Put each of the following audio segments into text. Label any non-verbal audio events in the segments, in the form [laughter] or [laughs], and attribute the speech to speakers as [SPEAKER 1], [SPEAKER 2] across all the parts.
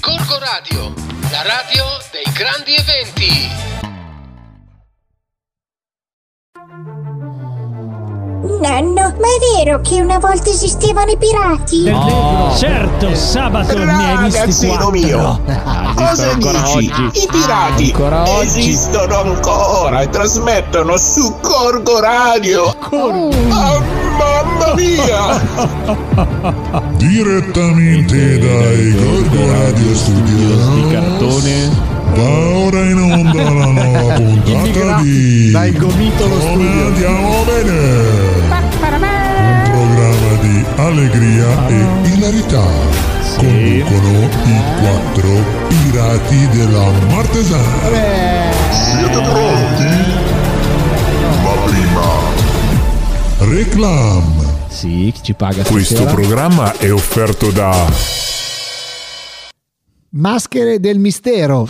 [SPEAKER 1] Gorgo Radio, la radio dei grandi eventi.
[SPEAKER 2] Nonno, ma è vero che una volta esistevano i pirati?
[SPEAKER 3] Certo, sabato ne hai visti
[SPEAKER 4] Ragazzino
[SPEAKER 3] quattro.
[SPEAKER 4] mio,
[SPEAKER 3] Eh,
[SPEAKER 4] cosa
[SPEAKER 5] ancora
[SPEAKER 4] dici?
[SPEAKER 5] oggi. Ah,
[SPEAKER 4] I pirati
[SPEAKER 5] Ancora oggi.
[SPEAKER 4] esistono ancora e trasmettono su Corgo Radio. Oh, mamma mia!
[SPEAKER 6] Direttamente dai Gorgo Radio Studios
[SPEAKER 5] di cartone
[SPEAKER 6] Va ora in onda la nuova
[SPEAKER 7] [laughs]
[SPEAKER 6] puntata di
[SPEAKER 7] dal gomitolo
[SPEAKER 6] Come
[SPEAKER 7] studio.
[SPEAKER 6] andiamo bene Un programma di
[SPEAKER 7] Ah.
[SPEAKER 6] allegria e hilarità Conducono i quattro pirati della Martesana Siete pronti? Ma prima Reclam
[SPEAKER 5] Sì, chi ci paga
[SPEAKER 6] Questo
[SPEAKER 5] stasera?
[SPEAKER 6] programma è offerto da
[SPEAKER 7] Maschere del mistero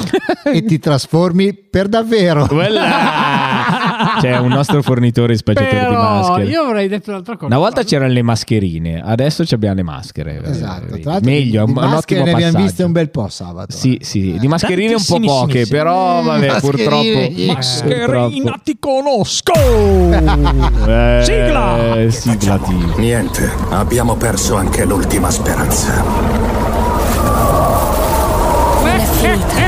[SPEAKER 7] e ti trasformi per davvero.
[SPEAKER 5] Quella! C'è un nostro fornitore spacciatore di
[SPEAKER 8] Però
[SPEAKER 5] maschere.
[SPEAKER 8] io avrei detto un'altra cosa.
[SPEAKER 5] Una volta c'erano le mascherine, adesso ci abbiamo le maschere.
[SPEAKER 7] Esatto,
[SPEAKER 5] Eh,
[SPEAKER 7] tra l'altro
[SPEAKER 5] Meglio, è
[SPEAKER 7] di
[SPEAKER 5] un, è un
[SPEAKER 7] maschere
[SPEAKER 5] ottimo
[SPEAKER 7] ne abbiamo
[SPEAKER 5] passaggio.
[SPEAKER 7] viste un bel po' sabato.
[SPEAKER 5] Sì,
[SPEAKER 7] eh.
[SPEAKER 5] sì, di mascherine un po' poche, però
[SPEAKER 7] Mm,
[SPEAKER 5] vabbè, purtroppo. Eh, Mascherina ti
[SPEAKER 3] [laughs] Eh,
[SPEAKER 5] conosco! sigla! Eh, Sigla ti.
[SPEAKER 9] [laughs] Niente, abbiamo perso anche l'ultima speranza.
[SPEAKER 2] Non è finita.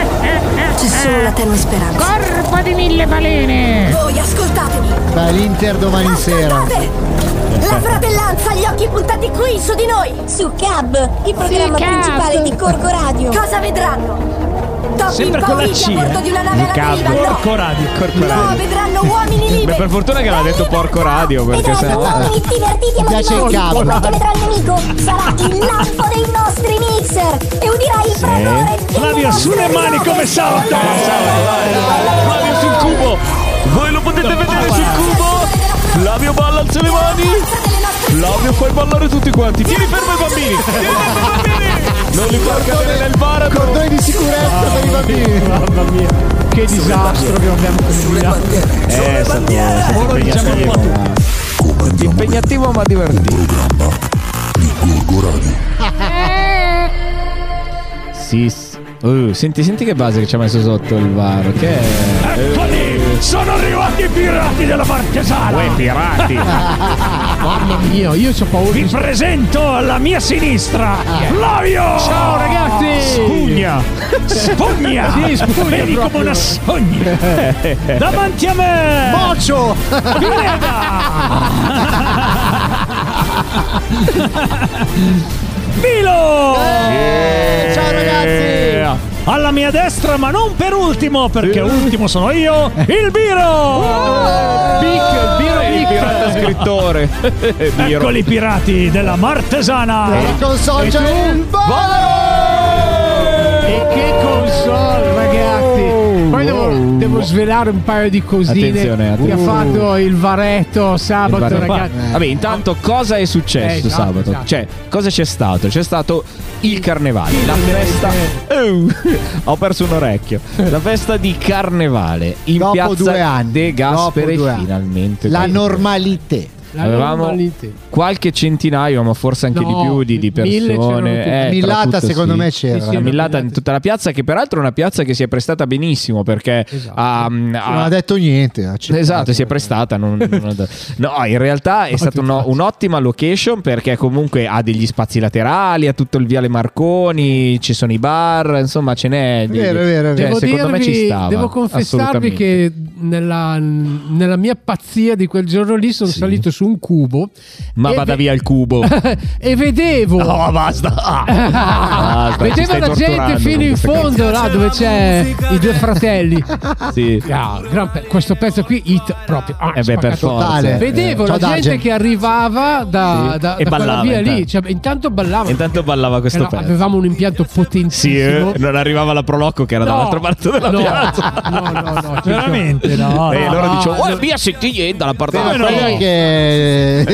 [SPEAKER 2] C'è solo la tenue speranza.
[SPEAKER 8] Corpo di mille balene!
[SPEAKER 2] Voi ascoltatemi.
[SPEAKER 7] Beh, l'Inter domani sera.
[SPEAKER 2] Ascoltate! La fratellanza ha gli occhi puntati qui su di noi. Su Cab, il programma principale di Corco Radio. Cosa vedranno? Top
[SPEAKER 3] Sembra con la
[SPEAKER 2] impauriti
[SPEAKER 3] C.
[SPEAKER 2] a bordo di una nave alla
[SPEAKER 5] Cab.
[SPEAKER 2] deriva. No.
[SPEAKER 3] Porco radio,
[SPEAKER 5] Corpo
[SPEAKER 2] No,
[SPEAKER 5] radio.
[SPEAKER 2] vedranno uomini liberi.
[SPEAKER 5] Beh, per fortuna che l'ha detto porco radio, perché
[SPEAKER 2] vedranno
[SPEAKER 5] sennò-
[SPEAKER 2] uomini divertiti e
[SPEAKER 7] Mi piace il
[SPEAKER 2] motivati.
[SPEAKER 7] Cab.
[SPEAKER 2] E quando vedrà il nemico sarà il lampo dei nostri mixer e udirà il fragore.
[SPEAKER 3] Flavio, su le mani come salta!
[SPEAKER 2] Flavio sul cubo.
[SPEAKER 5] Voi lo potete vedere sul Flavio balla alza le Flavio fai ballare tutti quanti! Tieni fermo i bambini! Tieni fermo i bambini! Non li far cadere nel baratro!
[SPEAKER 7] Cordone di sicurezza per i bambini.
[SPEAKER 3] Mamma mia, che disastro che abbiamo combinato.
[SPEAKER 5] Eh, è stato, è stato
[SPEAKER 3] Ora diciamo
[SPEAKER 5] impegnativo,
[SPEAKER 3] tutto.
[SPEAKER 5] ma- impegnativo ma divertito.
[SPEAKER 6] Gorgo Radio
[SPEAKER 5] Sì, s- Uh, senti, senti che base che ci ha messo sotto il VAR. Che
[SPEAKER 10] Ah,
[SPEAKER 5] è?
[SPEAKER 3] Eh, Eccoli, sono arrivati i pirati della Marchesana. Uè, pirati. Mamma mia, io ho paura. Vi presento alla mia sinistra, Flavio. Eh. Ciao ragazzi. [laughs] Spugna. Spugna. sì, spugna Eh. Vedi come una spugna. Davanti a me.
[SPEAKER 7] Occio!
[SPEAKER 3] Vilo.
[SPEAKER 7] Ciao ragazzi!
[SPEAKER 3] Alla mia destra, ma non per ultimo, perché ultimo sono io, il Biro.
[SPEAKER 5] il Biro il pirata scrittore. [laughs]
[SPEAKER 10] Ecco.
[SPEAKER 5] Biro.
[SPEAKER 3] Eccoli i pirati della Martesana.
[SPEAKER 7] La console c'è il
[SPEAKER 10] E che console, ragazzi! Poi devo, devo svelare un paio di cosine
[SPEAKER 5] Attenzione, attenzione.
[SPEAKER 10] che ha fatto il Varetto sabato,
[SPEAKER 5] Guarda,
[SPEAKER 10] ragazzi.
[SPEAKER 5] Vabbè, intanto cosa è
[SPEAKER 10] Eh,
[SPEAKER 5] successo
[SPEAKER 10] esatto,
[SPEAKER 5] sabato?
[SPEAKER 10] esatto.
[SPEAKER 5] Cioè, cosa c'è stato? C'è stato il carnevale, la festa. Oh, [laughs] ho perso un orecchio. La festa di carnevale in
[SPEAKER 7] Dopo
[SPEAKER 5] piazza
[SPEAKER 7] due anni.
[SPEAKER 5] De Gasperi
[SPEAKER 7] Dopo due anni.
[SPEAKER 5] finalmente.
[SPEAKER 7] La
[SPEAKER 5] dai.
[SPEAKER 7] normalità.
[SPEAKER 10] La
[SPEAKER 5] Avevamo
[SPEAKER 10] normalità.
[SPEAKER 5] qualche centinaio, ma forse anche
[SPEAKER 10] No,
[SPEAKER 5] di più di, di
[SPEAKER 10] mille c'erano
[SPEAKER 5] persone.
[SPEAKER 10] tutti.
[SPEAKER 5] Eh, tra
[SPEAKER 7] Millata
[SPEAKER 5] tutto
[SPEAKER 7] secondo
[SPEAKER 5] sì.
[SPEAKER 7] me
[SPEAKER 10] Sì,
[SPEAKER 7] c'era.
[SPEAKER 10] sì,
[SPEAKER 5] La millata in tutta la piazza, che peraltro è una piazza che si è prestata benissimo perché
[SPEAKER 10] Esatto.
[SPEAKER 5] ha-
[SPEAKER 7] Non
[SPEAKER 5] ha,
[SPEAKER 7] ha detto niente. ha accettato.
[SPEAKER 5] Esatto, si è prestata. non- non- non- no, in realtà è stata uno- un'ottima location perché comunque ha degli spazi laterali, ha tutto il viale Marconi, ci sono i bar, insomma ce n'è. di-
[SPEAKER 7] Vero, vero, vero.
[SPEAKER 5] cioè,
[SPEAKER 10] Devo,
[SPEAKER 5] secondo me
[SPEAKER 10] dirvi-
[SPEAKER 5] ci stava.
[SPEAKER 10] devo confessarvi
[SPEAKER 5] assolutamente.
[SPEAKER 10] che nella, nella mia pazzia di quel giorno lì sono
[SPEAKER 5] Sì.
[SPEAKER 10] salito su un cubo
[SPEAKER 5] Ma
[SPEAKER 10] e
[SPEAKER 5] vada
[SPEAKER 10] ve-
[SPEAKER 5] via
[SPEAKER 10] [laughs]
[SPEAKER 5] il cubo.
[SPEAKER 10] e vedevo [laughs]
[SPEAKER 5] No, basta.
[SPEAKER 10] vedevo Ah. la gente
[SPEAKER 5] [laughs] Basta, ci stai torturando
[SPEAKER 10] fino
[SPEAKER 5] con
[SPEAKER 10] in
[SPEAKER 5] questa
[SPEAKER 10] fondo là dove c'è i due
[SPEAKER 3] [laughs]
[SPEAKER 10] fratelli
[SPEAKER 5] canzone. Sì.
[SPEAKER 10] Ah, gran pe- questo pezzo qui hit proprio ah,
[SPEAKER 5] Eh beh, per
[SPEAKER 10] spaccato.
[SPEAKER 7] Totale.
[SPEAKER 5] forza.
[SPEAKER 10] Vedevo
[SPEAKER 7] Eh,
[SPEAKER 10] la
[SPEAKER 7] ciao,
[SPEAKER 10] gente
[SPEAKER 7] Dagen.
[SPEAKER 10] che arrivava da,
[SPEAKER 5] Sì.
[SPEAKER 10] da,
[SPEAKER 5] E
[SPEAKER 10] da
[SPEAKER 5] ballava
[SPEAKER 10] quella via lì.
[SPEAKER 5] intanto.
[SPEAKER 10] Cioè, intanto ballavano.
[SPEAKER 5] Intanto ballava questo
[SPEAKER 10] Era-
[SPEAKER 5] pezzo.
[SPEAKER 10] Avevamo un impianto
[SPEAKER 5] Sì,
[SPEAKER 10] potentissimo.
[SPEAKER 5] eh, non arrivava la Prolocco che era
[SPEAKER 10] No.
[SPEAKER 5] dall'altra parte della
[SPEAKER 10] No,
[SPEAKER 5] piazza.
[SPEAKER 10] No, no, no, cioè,
[SPEAKER 3] Veramente, no.
[SPEAKER 5] E loro
[SPEAKER 10] no,
[SPEAKER 5] dicevano,
[SPEAKER 10] no.
[SPEAKER 5] "Oh, via se ti viene dalla parte
[SPEAKER 7] Ma
[SPEAKER 5] della
[SPEAKER 7] quello è che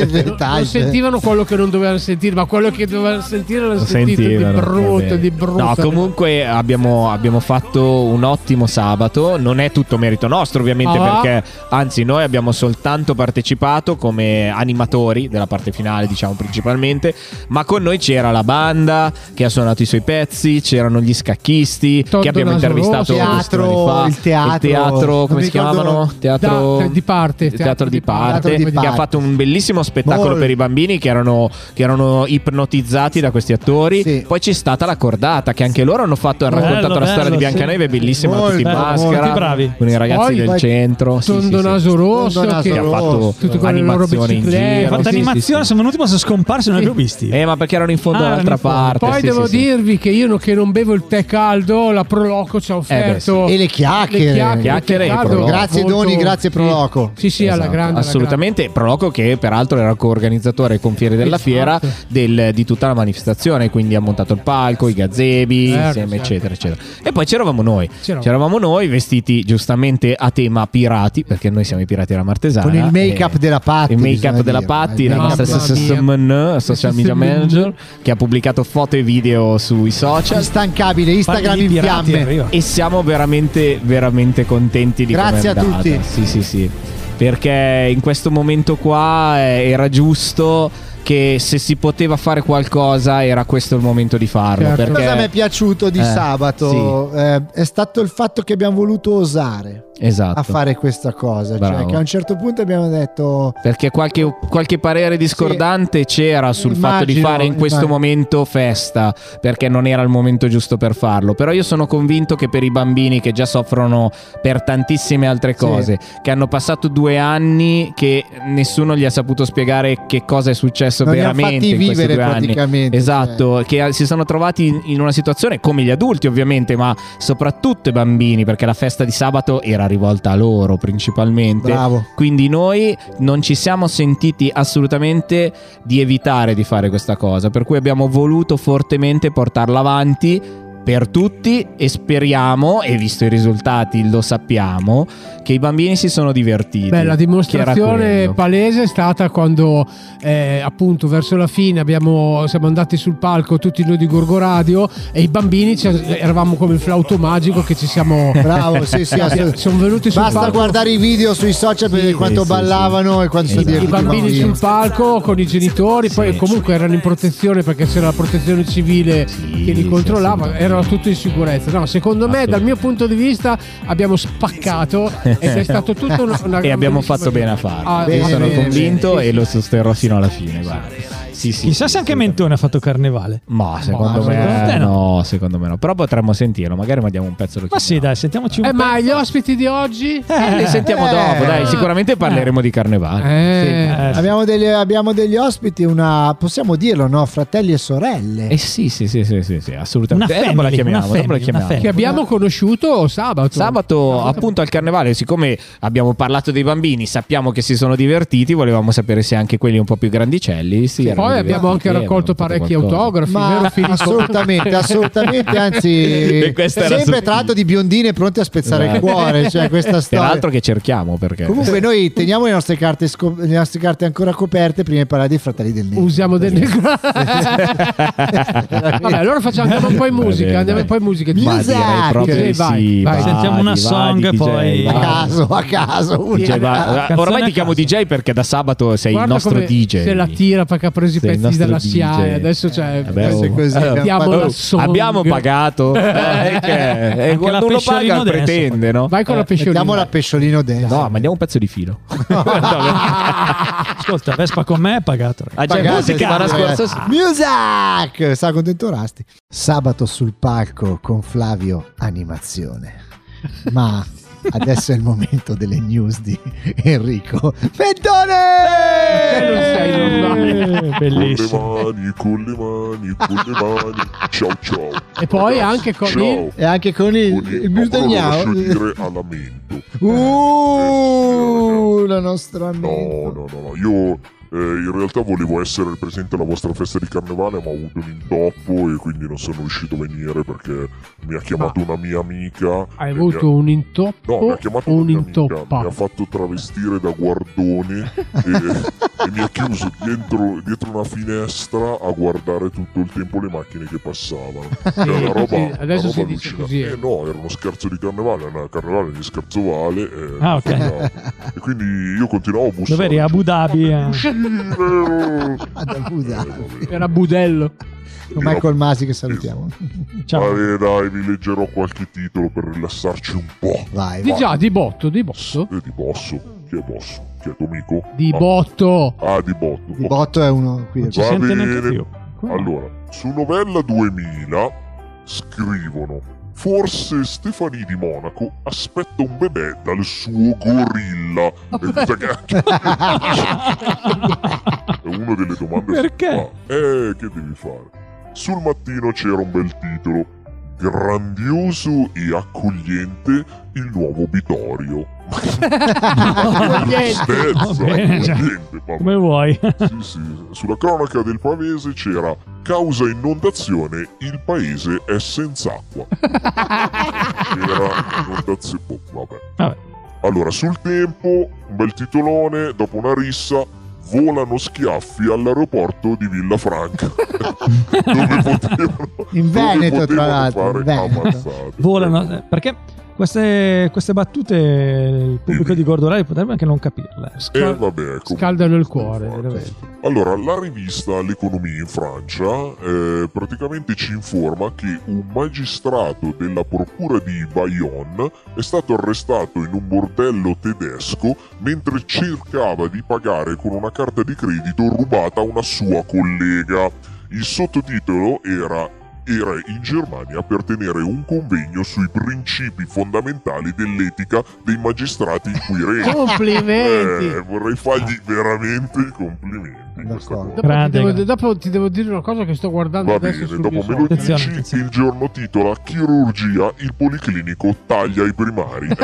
[SPEAKER 10] Non sentivano quello che non dovevano sentire, ma quello che dovevano sentire l'hanno
[SPEAKER 5] Lo
[SPEAKER 10] sentito di
[SPEAKER 5] sentivano, va
[SPEAKER 10] brutto,
[SPEAKER 5] bene.
[SPEAKER 10] di di brutto.
[SPEAKER 5] No, comunque abbiamo, abbiamo fatto un ottimo sabato. Non è tutto merito nostro, ovviamente,
[SPEAKER 10] Ah.
[SPEAKER 5] perché anzi, noi abbiamo soltanto partecipato come animatori della parte finale, diciamo principalmente. Ma con noi c'era la banda che ha suonato i suoi pezzi, c'erano gli scacchisti
[SPEAKER 10] Toddo
[SPEAKER 5] che abbiamo
[SPEAKER 10] Naso
[SPEAKER 5] intervistato
[SPEAKER 10] Rosso.
[SPEAKER 5] due
[SPEAKER 7] Teatro,
[SPEAKER 5] settimane fa.
[SPEAKER 7] il teatro.
[SPEAKER 5] teatro,
[SPEAKER 7] Non
[SPEAKER 5] come
[SPEAKER 7] mi
[SPEAKER 5] si
[SPEAKER 7] ricordo-
[SPEAKER 5] chiamavano? Teatro
[SPEAKER 10] Da- cioè, di parte,
[SPEAKER 5] il teatro di parte,
[SPEAKER 7] di
[SPEAKER 5] che ha
[SPEAKER 7] parte.
[SPEAKER 5] fatto un bellissimo spettacolo
[SPEAKER 7] Molto.
[SPEAKER 5] per i bambini che erano, che erano ipnotizzati da questi attori.
[SPEAKER 7] Sì.
[SPEAKER 5] Poi c'è stata la cordata, che anche loro hanno fatto, hanno
[SPEAKER 3] Bello,
[SPEAKER 5] raccontato la
[SPEAKER 3] bello,
[SPEAKER 5] storia di
[SPEAKER 3] sì.
[SPEAKER 5] Biancaneve, bellissima,
[SPEAKER 7] Molto
[SPEAKER 5] tutti in
[SPEAKER 3] bello,
[SPEAKER 5] maschera,
[SPEAKER 3] molto bravi.
[SPEAKER 5] con i ragazzi
[SPEAKER 10] Poi
[SPEAKER 5] del
[SPEAKER 7] vai-
[SPEAKER 5] centro. Sì, sì,
[SPEAKER 10] Tondo
[SPEAKER 5] sì.
[SPEAKER 10] naso rosso
[SPEAKER 7] Tondo Naso
[SPEAKER 10] che
[SPEAKER 5] Che ha fatto
[SPEAKER 7] rosso.
[SPEAKER 10] tutte quelle loro
[SPEAKER 5] animazioni in
[SPEAKER 10] biciclette,
[SPEAKER 5] giro.
[SPEAKER 3] Fatta
[SPEAKER 10] sì,
[SPEAKER 3] animazione, siamo venuti, ma sono scomparsi, non li
[SPEAKER 10] Sì.
[SPEAKER 3] abbiamo visti.
[SPEAKER 5] Eh, ma perché erano in fondo
[SPEAKER 3] Ah,
[SPEAKER 5] dall'altra
[SPEAKER 3] erano in
[SPEAKER 5] parte.
[SPEAKER 3] fondo.
[SPEAKER 10] Poi
[SPEAKER 5] sì,
[SPEAKER 10] devo
[SPEAKER 5] sì, sì.
[SPEAKER 10] dirvi che io che non bevo il tè caldo, la Proloco
[SPEAKER 5] Eh
[SPEAKER 10] ci ha offerto
[SPEAKER 7] E le chiacchiere.
[SPEAKER 5] Chiacchiere e
[SPEAKER 10] il tè
[SPEAKER 5] Proloco.
[SPEAKER 7] Grazie, Doni,
[SPEAKER 10] sì.
[SPEAKER 7] grazie, Proloco.
[SPEAKER 10] Sì, sì, alla
[SPEAKER 5] Esatto,
[SPEAKER 10] grande. alla
[SPEAKER 5] assolutamente. Proloco, che peraltro era coorganizzatore e confiere della
[SPEAKER 10] Esatto.
[SPEAKER 5] fiera del- di tutta la manifestazione, quindi ha montato il palco, i gazebi,
[SPEAKER 10] Certo,
[SPEAKER 5] insieme,
[SPEAKER 10] certo.
[SPEAKER 5] eccetera, eccetera. E poi c'eravamo noi.
[SPEAKER 10] C'eravamo.
[SPEAKER 5] C'eravamo noi vestiti giustamente a tema pirati, perché noi siamo i pirati della Martesana.
[SPEAKER 7] Con il make-up
[SPEAKER 5] e-
[SPEAKER 7] della Patti.
[SPEAKER 5] il
[SPEAKER 7] bisogna
[SPEAKER 5] make-up della
[SPEAKER 7] dire,
[SPEAKER 5] Patti,
[SPEAKER 7] il
[SPEAKER 5] la
[SPEAKER 7] make-up
[SPEAKER 5] nostra
[SPEAKER 10] della
[SPEAKER 5] SSMN, social media manager, che ha pubblicato foto e video sui social.
[SPEAKER 7] Cioè, instancabile, Instagram
[SPEAKER 3] Parli
[SPEAKER 7] in
[SPEAKER 3] di pirati,
[SPEAKER 7] fiamme.
[SPEAKER 3] arriva.
[SPEAKER 5] E siamo veramente, veramente contenti di
[SPEAKER 7] Grazie
[SPEAKER 5] com'è
[SPEAKER 7] a
[SPEAKER 5] andata.
[SPEAKER 7] tutti.
[SPEAKER 5] Sì, sì, sì. Perché in questo momento qua eh, era giusto che se si poteva fare qualcosa era questo il momento di farlo.
[SPEAKER 10] Certo.
[SPEAKER 5] Perché...
[SPEAKER 7] Cosa mi è piaciuto di
[SPEAKER 5] Eh,
[SPEAKER 7] sabato eh, è stato il fatto che abbiamo voluto osare
[SPEAKER 5] Esatto.
[SPEAKER 7] a fare questa cosa.
[SPEAKER 5] Bravo.
[SPEAKER 7] Cioè, che a un certo punto abbiamo detto.
[SPEAKER 5] Perché qualche, qualche parere discordante c'era sul fatto di
[SPEAKER 7] Immagino,
[SPEAKER 5] fare in questo
[SPEAKER 7] immagino.
[SPEAKER 5] momento festa, perché non era il momento giusto per farlo. Però io sono convinto che per i bambini che già soffrono per tantissime altre
[SPEAKER 7] Sì.
[SPEAKER 5] cose, che hanno passato due anni che nessuno gli ha saputo spiegare che cosa è successo
[SPEAKER 7] Non li hanno
[SPEAKER 5] veramente
[SPEAKER 7] fatti
[SPEAKER 5] in questi
[SPEAKER 7] vivere
[SPEAKER 5] due anni.
[SPEAKER 7] praticamente. cioè.
[SPEAKER 5] Esatto, che si sono trovati in- in una situazione come gli adulti ovviamente, ma soprattutto i bambini, perché la festa di sabato era rivolta a loro principalmente.
[SPEAKER 7] cioè, bravo.
[SPEAKER 5] Quindi noi non ci siamo sentiti assolutamente di evitare di fare questa cosa, per cui abbiamo voluto fortemente portarla avanti per tutti e speriamo, e visto i risultati lo sappiamo, che i bambini si sono divertiti.
[SPEAKER 10] Beh, la
[SPEAKER 5] Che era
[SPEAKER 10] dimostrazione
[SPEAKER 5] quello.
[SPEAKER 10] palese è stata quando, eh, appunto, verso la fine abbiamo- siamo andati sul palco tutti noi di Gorgo Radio e i bambini ci- eravamo come il flauto magico che ci siamo.
[SPEAKER 7] Bravo,
[SPEAKER 10] [laughs]
[SPEAKER 7] sì, sì, assolut-
[SPEAKER 10] Sono venuti sul
[SPEAKER 7] Basta
[SPEAKER 10] palco.
[SPEAKER 7] guardare i video sui social per vedere quanto
[SPEAKER 5] sì,
[SPEAKER 7] ballavano e quanto sono
[SPEAKER 5] Esatto.
[SPEAKER 10] I
[SPEAKER 7] divertiti
[SPEAKER 10] bambini sul palco con i genitori, poi
[SPEAKER 5] Sì.
[SPEAKER 10] comunque erano in protezione perché c'era la protezione civile
[SPEAKER 5] Sì,
[SPEAKER 10] che li
[SPEAKER 5] sì,
[SPEAKER 10] controllava,
[SPEAKER 5] assolutamente.
[SPEAKER 10] erano tutti in sicurezza. No, secondo me, dal mio punto di vista, abbiamo
[SPEAKER 5] [laughs]
[SPEAKER 10] spaccato ed è stato tutto una, una
[SPEAKER 5] E
[SPEAKER 10] gran
[SPEAKER 5] abbiamo fatto bene
[SPEAKER 10] bellissima-
[SPEAKER 5] a farlo.
[SPEAKER 10] Ah,
[SPEAKER 5] Io
[SPEAKER 7] bene,
[SPEAKER 5] sono
[SPEAKER 7] bene,
[SPEAKER 5] convinto
[SPEAKER 10] bene.
[SPEAKER 5] e lo sosterrò fino alla fine. guarda. Sì,
[SPEAKER 3] Chissà
[SPEAKER 5] sì, sì, Mm.
[SPEAKER 3] se anche
[SPEAKER 5] assolutamente.
[SPEAKER 3] Mentone ha fatto carnevale.
[SPEAKER 5] Ma secondo
[SPEAKER 10] Ma
[SPEAKER 3] secondo
[SPEAKER 5] me
[SPEAKER 3] te
[SPEAKER 5] no.
[SPEAKER 3] no?
[SPEAKER 5] secondo me no. Però potremmo sentirlo, magari mandiamo un pezzo lo
[SPEAKER 3] Ma sì,
[SPEAKER 5] chiamiamo.
[SPEAKER 3] dai, sentiamoci un
[SPEAKER 10] Eh,
[SPEAKER 3] po'.
[SPEAKER 10] ma gli ospiti di oggi?
[SPEAKER 5] Eh, le sentiamo
[SPEAKER 7] Eh.
[SPEAKER 5] dopo, dai, sicuramente parleremo di carnevale.
[SPEAKER 10] Eh,
[SPEAKER 3] Eh,
[SPEAKER 7] Abbiamo degli, abbiamo degli ospiti, una, possiamo dirlo, no? Fratelli e sorelle.
[SPEAKER 5] Eh sì, sì, sì, sì, sì, sì,
[SPEAKER 3] Una
[SPEAKER 5] assolutamente. Eh, dopo la
[SPEAKER 3] family, una
[SPEAKER 5] chiamiamo, dopo la
[SPEAKER 3] family, una
[SPEAKER 5] chiamiamo.
[SPEAKER 10] che
[SPEAKER 3] family.
[SPEAKER 7] Eh.
[SPEAKER 10] abbiamo conosciuto sabato.
[SPEAKER 5] Sabato, appunto al carnevale, siccome abbiamo parlato dei bambini, sappiamo che si sono divertiti, volevamo sapere se anche quelli un po' più grandicelli. Sì, erano
[SPEAKER 10] Poi abbiamo
[SPEAKER 5] divertiti,
[SPEAKER 10] anche raccolto
[SPEAKER 5] avevano fatto
[SPEAKER 10] parecchi
[SPEAKER 5] qualcosa.
[SPEAKER 10] autografi, vero
[SPEAKER 7] Ma
[SPEAKER 10] Filippo?
[SPEAKER 7] assolutamente, assolutamente,
[SPEAKER 5] [laughs] E
[SPEAKER 7] anzi,
[SPEAKER 5] questa era
[SPEAKER 7] sempre
[SPEAKER 5] sottile.
[SPEAKER 7] tratto di biondine pronte a spezzare il
[SPEAKER 5] Esatto.
[SPEAKER 7] cuore, cioè questa storia.
[SPEAKER 5] Peraltro che cerchiamo perché... [laughs]
[SPEAKER 7] Comunque noi teniamo le nostre, carte scop- le nostre carte ancora coperte prima di parlare dei fratelli del Nero.
[SPEAKER 10] [laughs] Usiamo
[SPEAKER 7] [laughs]
[SPEAKER 10] del Vabbè, allora facciamo andiamo un po' in
[SPEAKER 5] Va
[SPEAKER 10] musica.
[SPEAKER 5] bene,
[SPEAKER 10] Andiamo un po' in musica.
[SPEAKER 5] Ma
[SPEAKER 7] Music!
[SPEAKER 5] direi proprio di
[SPEAKER 10] Sì, vai,
[SPEAKER 5] sì,
[SPEAKER 10] vai.
[SPEAKER 3] Sentiamo una song,
[SPEAKER 5] DJ,
[SPEAKER 3] poi-
[SPEAKER 5] vai.
[SPEAKER 7] a caso, a caso. una-
[SPEAKER 5] DJ, va-
[SPEAKER 3] Canzone
[SPEAKER 5] Ormai
[SPEAKER 3] a
[SPEAKER 5] ti chiamo
[SPEAKER 3] caso.
[SPEAKER 5] DJ perché da sabato sei
[SPEAKER 10] Guarda
[SPEAKER 5] il nostro
[SPEAKER 10] come
[SPEAKER 5] DJ.
[SPEAKER 10] Se la tira perché ha preso i
[SPEAKER 5] Sei il
[SPEAKER 10] pezzi
[SPEAKER 5] nostro
[SPEAKER 10] dalla
[SPEAKER 5] DJ.
[SPEAKER 10] SIAE. Adesso cioè, c'è.
[SPEAKER 5] Vabbè,
[SPEAKER 7] Questo è
[SPEAKER 5] oh.
[SPEAKER 7] così,
[SPEAKER 5] Allora,
[SPEAKER 10] abbiamo
[SPEAKER 7] fatto-
[SPEAKER 10] la song.
[SPEAKER 5] Abbiamo pagato. Eh, che- e
[SPEAKER 3] Anche
[SPEAKER 5] quando
[SPEAKER 3] la
[SPEAKER 5] uno
[SPEAKER 3] pesciolino
[SPEAKER 5] paga
[SPEAKER 3] adesso.
[SPEAKER 5] pretende, no?
[SPEAKER 10] Vai con la pesciolina.
[SPEAKER 7] Eh, Mettiamo la pesciolino dentro. Cioè, [laughs]
[SPEAKER 5] No, [laughs] mandiamo un pezzo di filo.
[SPEAKER 3] Ascolta, Vespa con me è pagato. ragazzi.
[SPEAKER 5] Ah, già,
[SPEAKER 7] Pagate,
[SPEAKER 5] settimana
[SPEAKER 7] sì,
[SPEAKER 5] scorsa
[SPEAKER 7] ragazzi. Music! Sa contento Rasti. Sabato sul palco con Flavio Animazione. Ma adesso è il momento delle news di Enrico Fentone!
[SPEAKER 3] Eh, Bellissimo.
[SPEAKER 11] mani, con le mani, con le mani. Ciao ciao.
[SPEAKER 10] E poi anche con il-
[SPEAKER 7] E anche con il, il
[SPEAKER 11] Bisdagnao.
[SPEAKER 7] Bustagnao.
[SPEAKER 11] a lamento.
[SPEAKER 7] Uh, la nostra
[SPEAKER 11] No,
[SPEAKER 7] amica.
[SPEAKER 11] no, no, no. Io eh, in realtà volevo essere presente alla vostra festa di carnevale, ma ho avuto un intoppo e quindi non sono riuscito a venire perché mi ha chiamato una mia amica.
[SPEAKER 10] Hai
[SPEAKER 11] e mi
[SPEAKER 10] avuto
[SPEAKER 11] ha-
[SPEAKER 10] un
[SPEAKER 11] No, mi
[SPEAKER 10] intoppo
[SPEAKER 11] ha chiamato
[SPEAKER 10] o un
[SPEAKER 11] una mia amica, mi
[SPEAKER 10] intoppa? [laughs]
[SPEAKER 11] ha fatto travestire da guardone e e mi ha
[SPEAKER 7] [laughs]
[SPEAKER 11] chiuso dentro, dietro una finestra a guardare tutto il tempo le macchine che
[SPEAKER 10] [laughs]
[SPEAKER 11] passavano. Era una roba,
[SPEAKER 10] sì, adesso
[SPEAKER 11] una roba
[SPEAKER 10] si dice
[SPEAKER 11] allucinante.
[SPEAKER 10] così, eh.
[SPEAKER 11] Eh no, era uno scherzo di carnevale, era carnevale di scherzovale. eh,
[SPEAKER 3] Ah, ok.
[SPEAKER 11] continuavo. E quindi io continuavo a bussare.
[SPEAKER 3] Dov'eri? A Abu Dhabi. eh.
[SPEAKER 10] Era Budello.
[SPEAKER 7] Con Michael Masi che salutiamo.
[SPEAKER 11] Dai, dai, vi leggerò qualche titolo per rilassarci un po'.
[SPEAKER 7] Vai,
[SPEAKER 10] Di già, di botto, di botto.
[SPEAKER 11] di Bosso. Chi è Bosso? Chi è tuo amico?
[SPEAKER 10] Di
[SPEAKER 11] Ah.
[SPEAKER 3] [laughs]
[SPEAKER 10] botto.
[SPEAKER 11] Ah, di Botto.
[SPEAKER 7] Il botto è uno qui.
[SPEAKER 11] Va bene. Allora, su Novella 2000 scrivono Forse Stefani di Monaco aspetta un bebè dal suo gorilla. E questa
[SPEAKER 3] [laughs]
[SPEAKER 11] che- è una delle domande
[SPEAKER 3] Perché?
[SPEAKER 11] che Eh, che devi fare? Sul mattino c'era un bel titolo. Grandioso e accogliente il nuovo
[SPEAKER 3] [laughs]
[SPEAKER 11] Bitorio. Tristezza,
[SPEAKER 3] Va bene, cioè,
[SPEAKER 11] accogliente, vabbè.
[SPEAKER 3] Come vuoi.
[SPEAKER 11] Sì,
[SPEAKER 3] [laughs]
[SPEAKER 11] sì. Sulla cronaca del pavese c'era causa inondazione, il paese è senza acqua. Era inondazione. boh, vabbè.
[SPEAKER 3] Vabbè.
[SPEAKER 11] Allora, sul tempo, un bel titolone, dopo una rissa, volano schiaffi all'aeroporto di
[SPEAKER 7] [laughs]
[SPEAKER 11] Villafranca.
[SPEAKER 7] In Veneto, tra
[SPEAKER 11] potevano
[SPEAKER 7] l'altro.
[SPEAKER 11] fare
[SPEAKER 7] In Veneto.
[SPEAKER 11] ammazzate.
[SPEAKER 3] Volano. eh, Perché queste, queste battute il pubblico di Gordorai potrebbe anche non capirle.
[SPEAKER 11] E Eh, vabbè, comunque.
[SPEAKER 10] Scaldano [laughs] il cuore, veramente.
[SPEAKER 11] Allora, la rivista L'Economia in Francia eh, praticamente ci informa che un magistrato della procura di Bayonne è stato arrestato in un bordello tedesco mentre cercava di pagare con una carta di credito rubata a una sua collega. Il sottotitolo era era in Germania per tenere un convegno sui principi fondamentali dell'etica dei magistrati in cui regna.
[SPEAKER 10] Oh, Complimenti!
[SPEAKER 11] Eh, vorrei fargli veramente i complimenti. in questa cosa.
[SPEAKER 10] Dopo ti,
[SPEAKER 3] Grande,
[SPEAKER 10] devo,
[SPEAKER 3] grande.
[SPEAKER 10] dopo ti devo dire una cosa che sto guardando
[SPEAKER 11] Va
[SPEAKER 10] adesso
[SPEAKER 11] bene,
[SPEAKER 10] sul
[SPEAKER 11] dopo
[SPEAKER 10] mio
[SPEAKER 11] me lo
[SPEAKER 10] software.
[SPEAKER 11] dici, il giorno titola Chirurgia, il policlinico taglia i
[SPEAKER 10] [laughs]
[SPEAKER 11] primari. Eh,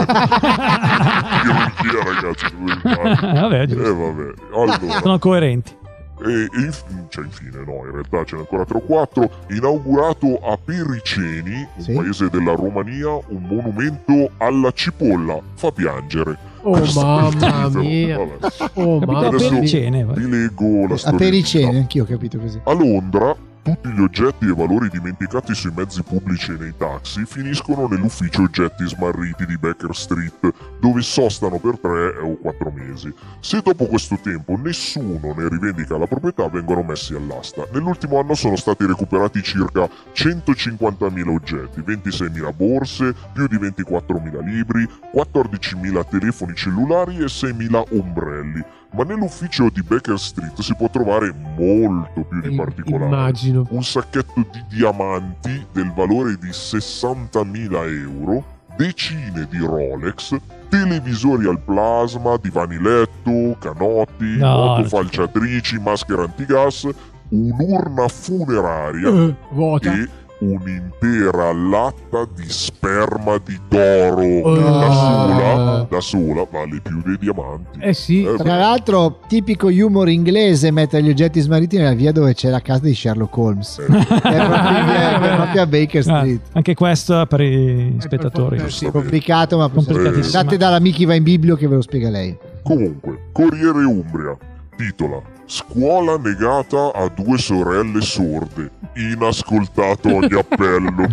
[SPEAKER 11] Chirurgia ragazzi, dove vai?
[SPEAKER 3] [laughs] Vabbè,
[SPEAKER 11] Eh
[SPEAKER 3] giusto.
[SPEAKER 11] vabbè, allora...
[SPEAKER 3] Sono coerenti.
[SPEAKER 11] E, e inf- cioè, infine, no, in realtà ce n'è ancora 3-4. Inaugurato a Periceni, un paese della Romania, un monumento alla cipolla. Fa piangere.
[SPEAKER 10] Oh
[SPEAKER 11] [laughs] Questo è il
[SPEAKER 10] mamma
[SPEAKER 11] titolo.
[SPEAKER 10] mia.
[SPEAKER 11] Vabbè.
[SPEAKER 10] Oh
[SPEAKER 3] Capito?
[SPEAKER 10] mamma
[SPEAKER 3] Adesso-
[SPEAKER 10] mia.
[SPEAKER 3] Pericene, vai.
[SPEAKER 11] vi leggo la
[SPEAKER 7] A
[SPEAKER 11] storia.
[SPEAKER 7] pericene, anch'io ho capito così.
[SPEAKER 11] A Londra, tutti gli oggetti e valori dimenticati sui mezzi pubblici e nei taxi finiscono nell'ufficio oggetti smarriti di Baker Street, dove sostano per 3 o 4 mesi. Se dopo questo tempo nessuno ne rivendica la proprietà, vengono messi all'asta. Nell'ultimo anno sono stati recuperati circa 150.000 oggetti, 26.000 borse, più di 24.000 libri, 14.000 telefoni cellulari e 6.000 ombrelli. Ma nell'ufficio di Baker Street si può trovare molto più di particolari
[SPEAKER 10] Immagino.
[SPEAKER 11] [laughs] un sacchetto di diamanti del valore di 60.000 euro, decine di Rolex, televisori al plasma, divani letto, canotti,
[SPEAKER 3] No.
[SPEAKER 11] motofalciatrici, maschere antigas, un'urna funeraria
[SPEAKER 10] Eh, vuota.
[SPEAKER 11] e un'intera latta di sperma di toro
[SPEAKER 10] Oh,
[SPEAKER 11] che da sola,
[SPEAKER 10] Ah.
[SPEAKER 11] da sola vale più dei diamanti.
[SPEAKER 10] Eh sì.
[SPEAKER 11] Eh,
[SPEAKER 7] Tra l'altro, tipico humor inglese mettere gli oggetti smarriti nella via dove c'è la casa di Sherlock Holmes. Era proprio via- era proprio a
[SPEAKER 10] Ah.
[SPEAKER 7] Baker
[SPEAKER 3] Eh,
[SPEAKER 7] Street.
[SPEAKER 3] anche questo per i spettatori.
[SPEAKER 10] Eh, sì,
[SPEAKER 7] Complicato, ma
[SPEAKER 3] Complicatissimo.
[SPEAKER 7] andate dalla Miki va in biblio che ve lo spiega lei.
[SPEAKER 11] Comunque, Corriere Umbria titola Scuola negata a due sorelle sorde. Inascoltato ogni appello.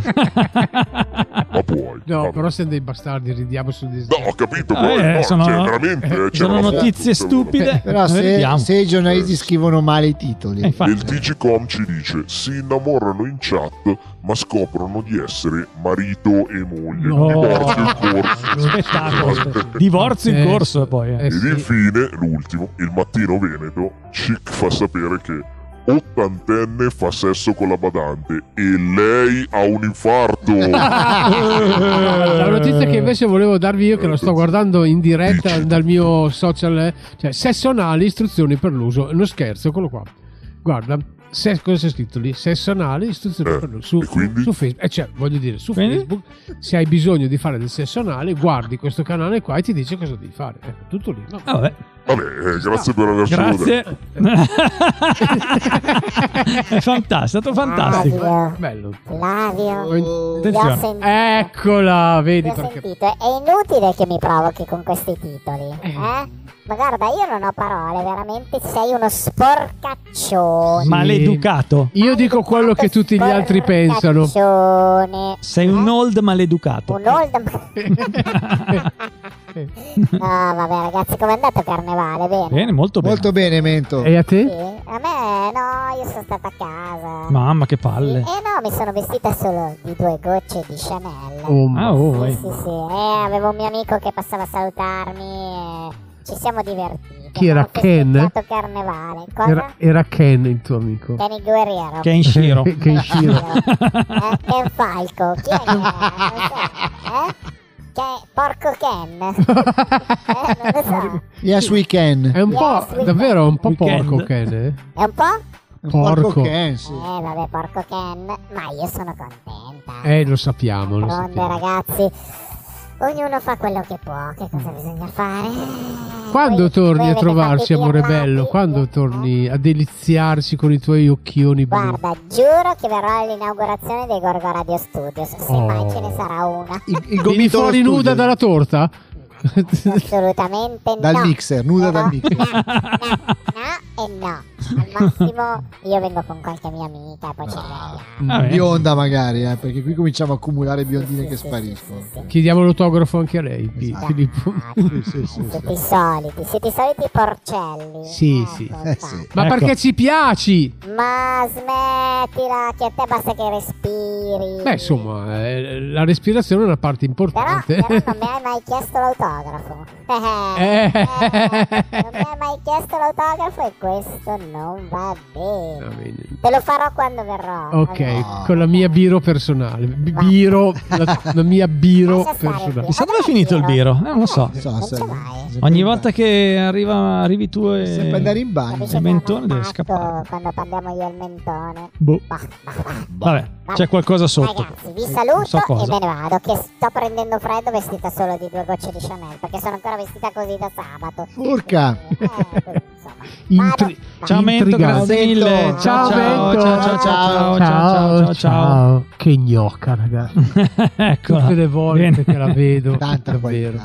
[SPEAKER 11] Ma
[SPEAKER 3] [laughs]
[SPEAKER 11] puoi.
[SPEAKER 10] No,
[SPEAKER 11] vabbè.
[SPEAKER 10] però siamo dei bastardi, ridiamo sul
[SPEAKER 11] No,
[SPEAKER 10] disegno.
[SPEAKER 11] ho capito,
[SPEAKER 3] Ah,
[SPEAKER 11] poi
[SPEAKER 3] eh,
[SPEAKER 11] no,
[SPEAKER 3] sono-
[SPEAKER 11] cioè, veramente. eh, c'era
[SPEAKER 3] Sono
[SPEAKER 11] una foto,
[SPEAKER 3] notizie
[SPEAKER 11] c'era una-
[SPEAKER 3] stupide.
[SPEAKER 7] Eh, Però
[SPEAKER 3] non
[SPEAKER 7] se,
[SPEAKER 3] vediamo.
[SPEAKER 7] se i giornalisti scrivono male i titoli,
[SPEAKER 3] Eh, infatti.
[SPEAKER 11] Il TGCOM ci dice: si innamorano in chat, ma scoprono di essere marito e moglie.
[SPEAKER 3] No.
[SPEAKER 11] Divorzio in corso.
[SPEAKER 3] Spettacolo.
[SPEAKER 11] [laughs]
[SPEAKER 3] spettacolo. Divorzio in
[SPEAKER 10] Eh,
[SPEAKER 3] corso e poi. eh.
[SPEAKER 10] Eh,
[SPEAKER 11] Ed
[SPEAKER 10] sì.
[SPEAKER 11] infine, l'ultimo, il mattino veneto, Cic fa sapere che ottantenne fa sesso con la badante e lei ha un infarto.
[SPEAKER 3] Ah,
[SPEAKER 10] La notizia che invece volevo darvi io, che la sto guardando
[SPEAKER 11] [laughs]
[SPEAKER 10] in diretta dal mio social, eh, cioè sesso anale, istruzioni per l'uso. Non scherzo, eccolo qua. Guarda, se- cosa c'è scritto lì? Sesso anale, istruzioni
[SPEAKER 11] Eh,
[SPEAKER 10] per l'uso. Su,
[SPEAKER 11] e quindi?
[SPEAKER 10] su Facebook, eh, cioè, voglio dire, su
[SPEAKER 3] Quindi?
[SPEAKER 10] Facebook, se hai bisogno di fare del sesso anale, guardi questo canale qua e ti dice cosa devi fare. Ecco, tutto lì. no?
[SPEAKER 3] Ah, vabbè.
[SPEAKER 11] Vabbè, eh, grazie per avercelo detto. [laughs]
[SPEAKER 3] Grazie. È fantastico, è stato fantastico.
[SPEAKER 7] Ah,
[SPEAKER 10] Bello.
[SPEAKER 12] Flavio,
[SPEAKER 10] Ho in-
[SPEAKER 3] Attenzione.
[SPEAKER 10] Eccola, vedi
[SPEAKER 2] Li ho
[SPEAKER 10] perché.
[SPEAKER 2] sentite. È inutile che mi provochi con questi titoli. Eh? Ma guarda, io non ho parole, veramente sei uno sporcaccione.
[SPEAKER 3] Maleducato.
[SPEAKER 10] Io dico quello che tutti gli altri pensano.
[SPEAKER 2] Caccione.
[SPEAKER 3] Sei un old maleducato.
[SPEAKER 2] Un old Ah, vabbè, ragazzi, com'è andato il carnevale? Bene.
[SPEAKER 10] Eh?
[SPEAKER 3] Bene, molto bene.
[SPEAKER 7] Molto bene, Mento.
[SPEAKER 3] E a te?
[SPEAKER 2] Sì? A me no, io sono stata a casa.
[SPEAKER 3] Mamma, che palle.
[SPEAKER 2] Eh no, mi sono vestita solo di due gocce di Chanel.
[SPEAKER 3] Oh, ma- Ah, oh,
[SPEAKER 2] sì,
[SPEAKER 3] eh.
[SPEAKER 2] sì, sì. Eh, avevo un mio amico che passava a salutarmi. e ci siamo divertiti.
[SPEAKER 10] Chi era?
[SPEAKER 2] Ho
[SPEAKER 10] Ken?
[SPEAKER 2] festeggiato carnevale. Cosa?
[SPEAKER 10] Era, era Ken il tuo amico.
[SPEAKER 2] Kenny Guerriero.
[SPEAKER 10] Ken Shiro. Ken
[SPEAKER 2] Ken
[SPEAKER 10] Shiro.
[SPEAKER 3] [laughs]
[SPEAKER 2] Shiro. Eh, Ken Falco. Chi è che è? Non
[SPEAKER 10] [laughs]
[SPEAKER 2] so. Eh? Che- Porco Ken. Eh, non lo so.
[SPEAKER 7] Yes, we can.
[SPEAKER 10] È un
[SPEAKER 2] Yes,
[SPEAKER 10] po',
[SPEAKER 2] we
[SPEAKER 10] davvero, è un po'
[SPEAKER 7] Weekend.
[SPEAKER 10] porco Ken. eh?
[SPEAKER 2] È un po'?
[SPEAKER 10] Porco.
[SPEAKER 2] Eh, vabbè, porco Ken. Ma io sono contenta.
[SPEAKER 10] Eh, lo sappiamo. Lo
[SPEAKER 2] D'altronde,
[SPEAKER 10] sappiamo.
[SPEAKER 2] ragazzi, ognuno fa quello che può. Che cosa bisogna fare?
[SPEAKER 10] Quando torni a
[SPEAKER 2] avete
[SPEAKER 10] trovarci,
[SPEAKER 2] fatto i
[SPEAKER 10] amore
[SPEAKER 2] pirati?
[SPEAKER 10] bello? Quando torni a deliziarsi con i tuoi occhioni blu?
[SPEAKER 2] Guarda, giuro che verrò all'inaugurazione dei Gorgo Radio Studios. Se
[SPEAKER 10] Oh.
[SPEAKER 2] mai ce ne sarà una.
[SPEAKER 10] Vieni fuori nuda dalla torta? [laughs]
[SPEAKER 2] Assolutamente no.
[SPEAKER 7] Dal mixer, nuda dal mixer.
[SPEAKER 2] No e no. Al massimo io vengo con qualche mia amica e poi ci
[SPEAKER 10] Ah.
[SPEAKER 2] vediamo.
[SPEAKER 10] Vabbè.
[SPEAKER 3] Ecco.
[SPEAKER 7] Bionda magari, eh, perché qui cominciamo a accumulare biondine che spariscono.
[SPEAKER 10] Chiediamo l'autografo anche a lei,
[SPEAKER 2] Esatto.
[SPEAKER 10] Pi- Filippo.
[SPEAKER 2] Siete
[SPEAKER 7] Eh,
[SPEAKER 2] i soliti, siete i soliti porcelli. Eh,
[SPEAKER 10] Sì, sì.
[SPEAKER 7] Eh,
[SPEAKER 2] sì.
[SPEAKER 10] Ma
[SPEAKER 2] Ecco.
[SPEAKER 10] perché ci piaci?
[SPEAKER 2] Ma smettila, che a te basta che respiri.
[SPEAKER 10] Beh, insomma, eh, la respirazione è una parte importante.
[SPEAKER 2] Però non mi hai mai chiesto l'autografo. [laughs]
[SPEAKER 10] Eh.
[SPEAKER 2] eh, Non mi hai mai chiesto l'autografo e questo non va
[SPEAKER 10] [laughs] Va
[SPEAKER 2] bene.
[SPEAKER 10] bene.
[SPEAKER 2] Te lo farò quando verrò.
[SPEAKER 10] Ok,
[SPEAKER 2] vabbè.
[SPEAKER 10] con la mia biro personale. B- Biro, la, la mia biro
[SPEAKER 2] Lascia stare il
[SPEAKER 10] personale.
[SPEAKER 2] biro. Chissà
[SPEAKER 3] Dove è finito il biro? Eh, non lo so. Ogni volta che arriva, arrivi tu e.
[SPEAKER 7] Sempre andare in bagno.
[SPEAKER 3] Il mentone deve
[SPEAKER 2] Ecco,
[SPEAKER 3] scappare.
[SPEAKER 2] Quando parliamo io e il mentone.
[SPEAKER 3] Boh.
[SPEAKER 2] Bah, bah, bah.
[SPEAKER 3] Vabbè, c'è qualcosa sotto.
[SPEAKER 2] Ragazzi, vi
[SPEAKER 3] Non
[SPEAKER 2] saluto
[SPEAKER 3] so
[SPEAKER 2] e
[SPEAKER 3] cosa.
[SPEAKER 2] me ne vado. Che sto prendendo freddo vestita solo di due gocce di Chanel. Perché sono ancora vestita così da sabato. Eh,
[SPEAKER 7] Porca.
[SPEAKER 10] Intri-
[SPEAKER 3] Ciao Mento, grazie
[SPEAKER 10] intrigante.
[SPEAKER 3] mille.
[SPEAKER 10] Ciao,
[SPEAKER 3] ciao,
[SPEAKER 10] Mento.
[SPEAKER 3] ciao, ciao, ciao, ciao, ciao, ciao, Ecco. ciao.
[SPEAKER 10] Che gnocca,
[SPEAKER 3] [laughs]
[SPEAKER 10] ragazzi.
[SPEAKER 3] Eccola.
[SPEAKER 10] Tutte le volte
[SPEAKER 3] Bene.
[SPEAKER 10] che la vedo.
[SPEAKER 7] [laughs] Tanta
[SPEAKER 10] davvero.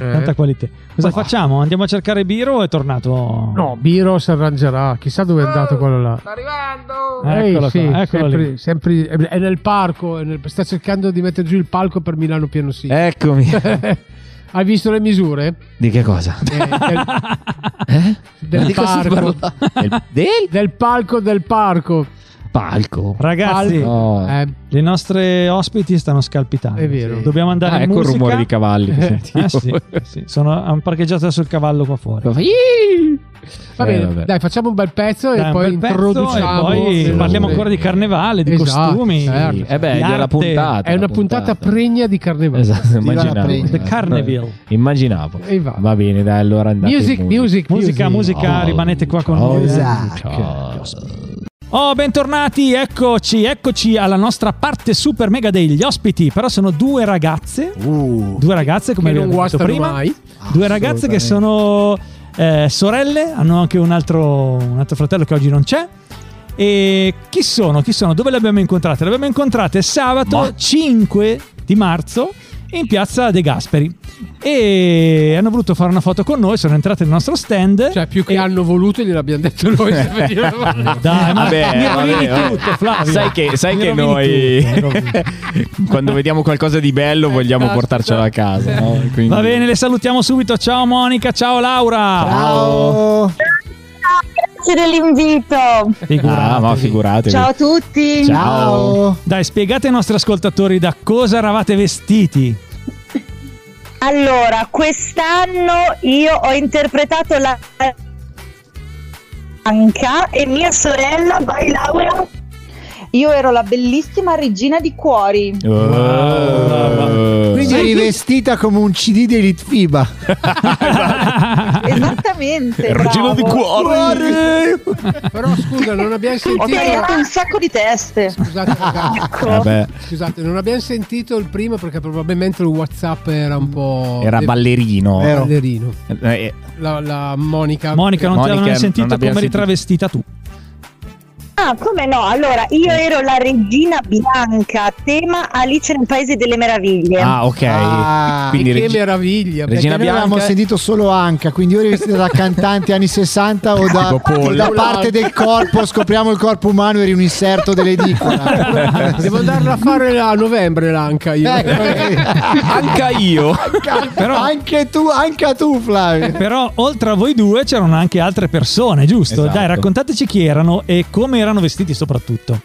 [SPEAKER 10] Eh.
[SPEAKER 3] Tanta qualità. Cosa facciamo? Andiamo a cercare Biro o è tornato?
[SPEAKER 10] No, Biro si arrangerà. Chissà dove è andato quello là. Sta arrivando.
[SPEAKER 3] Ah, Eccolo qua, eccolo
[SPEAKER 10] sempre,
[SPEAKER 3] lì.
[SPEAKER 10] sempre- è nel parco. è nel- sta cercando di mettere giù il palco per Milano Piano Sì.
[SPEAKER 5] Eccomi.
[SPEAKER 10] [laughs]
[SPEAKER 3] Eh.
[SPEAKER 10] Hai visto le misure?
[SPEAKER 5] Di che cosa?
[SPEAKER 3] [laughs]
[SPEAKER 10] Eh, del,
[SPEAKER 5] Ma
[SPEAKER 10] del
[SPEAKER 5] di cosa si
[SPEAKER 10] parco.
[SPEAKER 5] parla? Del?
[SPEAKER 10] Del palco del parco.
[SPEAKER 5] Palco.
[SPEAKER 3] Ragazzi,
[SPEAKER 10] Palco. Eh,
[SPEAKER 3] le nostre ospiti stanno scalpitando.
[SPEAKER 10] È vero.
[SPEAKER 3] Sì. Dobbiamo andare
[SPEAKER 5] Ah,
[SPEAKER 3] in
[SPEAKER 5] ecco il
[SPEAKER 3] musica.
[SPEAKER 5] rumore di cavalli che sentivo.
[SPEAKER 3] Eh, sì,
[SPEAKER 5] [laughs]
[SPEAKER 3] sì. Sono, hanno parcheggiato adesso il cavallo qua fuori.
[SPEAKER 10] va
[SPEAKER 5] Eh,
[SPEAKER 10] bene,
[SPEAKER 5] vabbè.
[SPEAKER 10] dai, facciamo un bel pezzo
[SPEAKER 3] Dai,
[SPEAKER 10] e
[SPEAKER 3] un
[SPEAKER 10] poi
[SPEAKER 3] bel pezzo
[SPEAKER 10] introduciamo.
[SPEAKER 3] e poi
[SPEAKER 10] le
[SPEAKER 3] parliamo
[SPEAKER 10] nostre-
[SPEAKER 3] ancora di carnevale, di
[SPEAKER 10] Esatto,
[SPEAKER 3] costumi.
[SPEAKER 10] certo.
[SPEAKER 3] di
[SPEAKER 5] Eh beh, è della
[SPEAKER 3] arte.
[SPEAKER 5] puntata.
[SPEAKER 10] È una puntata pregna di carnevale.
[SPEAKER 5] Esatto,
[SPEAKER 7] Viva la
[SPEAKER 5] immaginavo.
[SPEAKER 7] pregna.
[SPEAKER 3] The Carnival.
[SPEAKER 5] Immaginavo.
[SPEAKER 10] E va.
[SPEAKER 5] Va bene, dai, allora andate
[SPEAKER 10] Music,
[SPEAKER 5] in
[SPEAKER 10] music,
[SPEAKER 3] Musica, musica,
[SPEAKER 5] Ciao.
[SPEAKER 3] rimanete qua con
[SPEAKER 5] Ciao.
[SPEAKER 3] noi. eh.
[SPEAKER 7] Esatto.
[SPEAKER 5] Ciao.
[SPEAKER 3] Oh, bentornati, eccoci, eccoci alla nostra parte super mega degli ospiti. Però sono due ragazze,
[SPEAKER 5] Uh.
[SPEAKER 3] due ragazze come
[SPEAKER 10] Che non
[SPEAKER 3] abbiamo detto
[SPEAKER 10] guastano
[SPEAKER 3] prima,
[SPEAKER 10] mai.
[SPEAKER 3] due ragazze che sono eh, sorelle, hanno anche un altro, un altro fratello che oggi non c'è. E chi sono? Chi sono? Dove le abbiamo incontrate? Le abbiamo incontrate sabato 5 di marzo in piazza De Gasperi. E hanno voluto fare una foto con noi, sono entrate nel nostro stand.
[SPEAKER 10] Cioè, più che hanno voluto, gliel'abbiamo detto noi.
[SPEAKER 3] [laughs]
[SPEAKER 10] se vediamo.
[SPEAKER 3] Dai, ma
[SPEAKER 5] Vabbè,
[SPEAKER 3] mi
[SPEAKER 5] vabbè,
[SPEAKER 3] rovini
[SPEAKER 5] vabbè.
[SPEAKER 3] tutto, Flavio.
[SPEAKER 5] Sai che, sai
[SPEAKER 3] Mi
[SPEAKER 5] che
[SPEAKER 3] rovini
[SPEAKER 5] noi
[SPEAKER 3] tutto, mi rovini.
[SPEAKER 5] [laughs] quando vediamo qualcosa di bello vogliamo
[SPEAKER 10] caspita.
[SPEAKER 5] portarcelo a casa. no? Quindi-
[SPEAKER 3] Va bene, le salutiamo subito. Ciao Monica, ciao Laura.
[SPEAKER 7] Ciao.
[SPEAKER 13] Grazie dell'invito.
[SPEAKER 3] Figuratevi.
[SPEAKER 5] Ah, ma figuratevi.
[SPEAKER 13] Ciao a tutti.
[SPEAKER 5] Ciao.
[SPEAKER 3] Dai, spiegate ai nostri ascoltatori da cosa eravate vestiti. [laughs]
[SPEAKER 13] Allora, quest'anno io ho interpretato la Anca e mia sorella vai Laura. Io ero la bellissima regina di [laughs] cuori.
[SPEAKER 5] Oh.
[SPEAKER 7] Quindi eri vestita come un CD dei Litfiba.
[SPEAKER 13] Esattamente.
[SPEAKER 5] Regina
[SPEAKER 13] bravo.
[SPEAKER 5] di cuore.
[SPEAKER 10] Però scusa, non abbiamo
[SPEAKER 13] Ho
[SPEAKER 10] sentito.
[SPEAKER 13] tagliato un sacco di teste.
[SPEAKER 10] Scusate, ragazzi,
[SPEAKER 3] Ecco.
[SPEAKER 5] Vabbè,
[SPEAKER 10] scusate, non abbiamo sentito il primo perché probabilmente il WhatsApp era un po'.
[SPEAKER 5] era
[SPEAKER 10] de-
[SPEAKER 5] ballerino.
[SPEAKER 7] Vero.
[SPEAKER 10] ballerino.
[SPEAKER 5] Eh,
[SPEAKER 10] La, la Monica.
[SPEAKER 3] Monica, non ti
[SPEAKER 5] Ah, Monica,
[SPEAKER 3] avevano mai
[SPEAKER 5] non
[SPEAKER 3] sentito
[SPEAKER 5] abbiamo
[SPEAKER 3] come eri
[SPEAKER 5] sentito.
[SPEAKER 3] travestita tu.
[SPEAKER 14] Ah, come no? Allora,
[SPEAKER 15] Mm.
[SPEAKER 14] io ero la regina bianca, tema Alice nel Paese delle Meraviglie.
[SPEAKER 5] Ah, ok. Quindi regi- [laughs] Regina
[SPEAKER 7] Perché noi
[SPEAKER 5] Bianca.
[SPEAKER 7] avevamo sentito solo Anca, quindi io vestita da cantante anni 60 o da,
[SPEAKER 5] Tipo Paul.
[SPEAKER 7] da parte del corpo, scopriamo il corpo umano eri un inserto dell'edicola.
[SPEAKER 10] Devo andarla a fare a novembre l'anca io.
[SPEAKER 5] Eh,
[SPEAKER 7] Ecco, eh.
[SPEAKER 5] anca
[SPEAKER 7] [laughs]
[SPEAKER 5] io.
[SPEAKER 7] anche tu, anche tu Flavio.
[SPEAKER 3] Però oltre a voi due c'erano anche altre persone, giusto?
[SPEAKER 14] Esatto.
[SPEAKER 3] Dai, raccontateci chi erano e come erano vestiti soprattutto.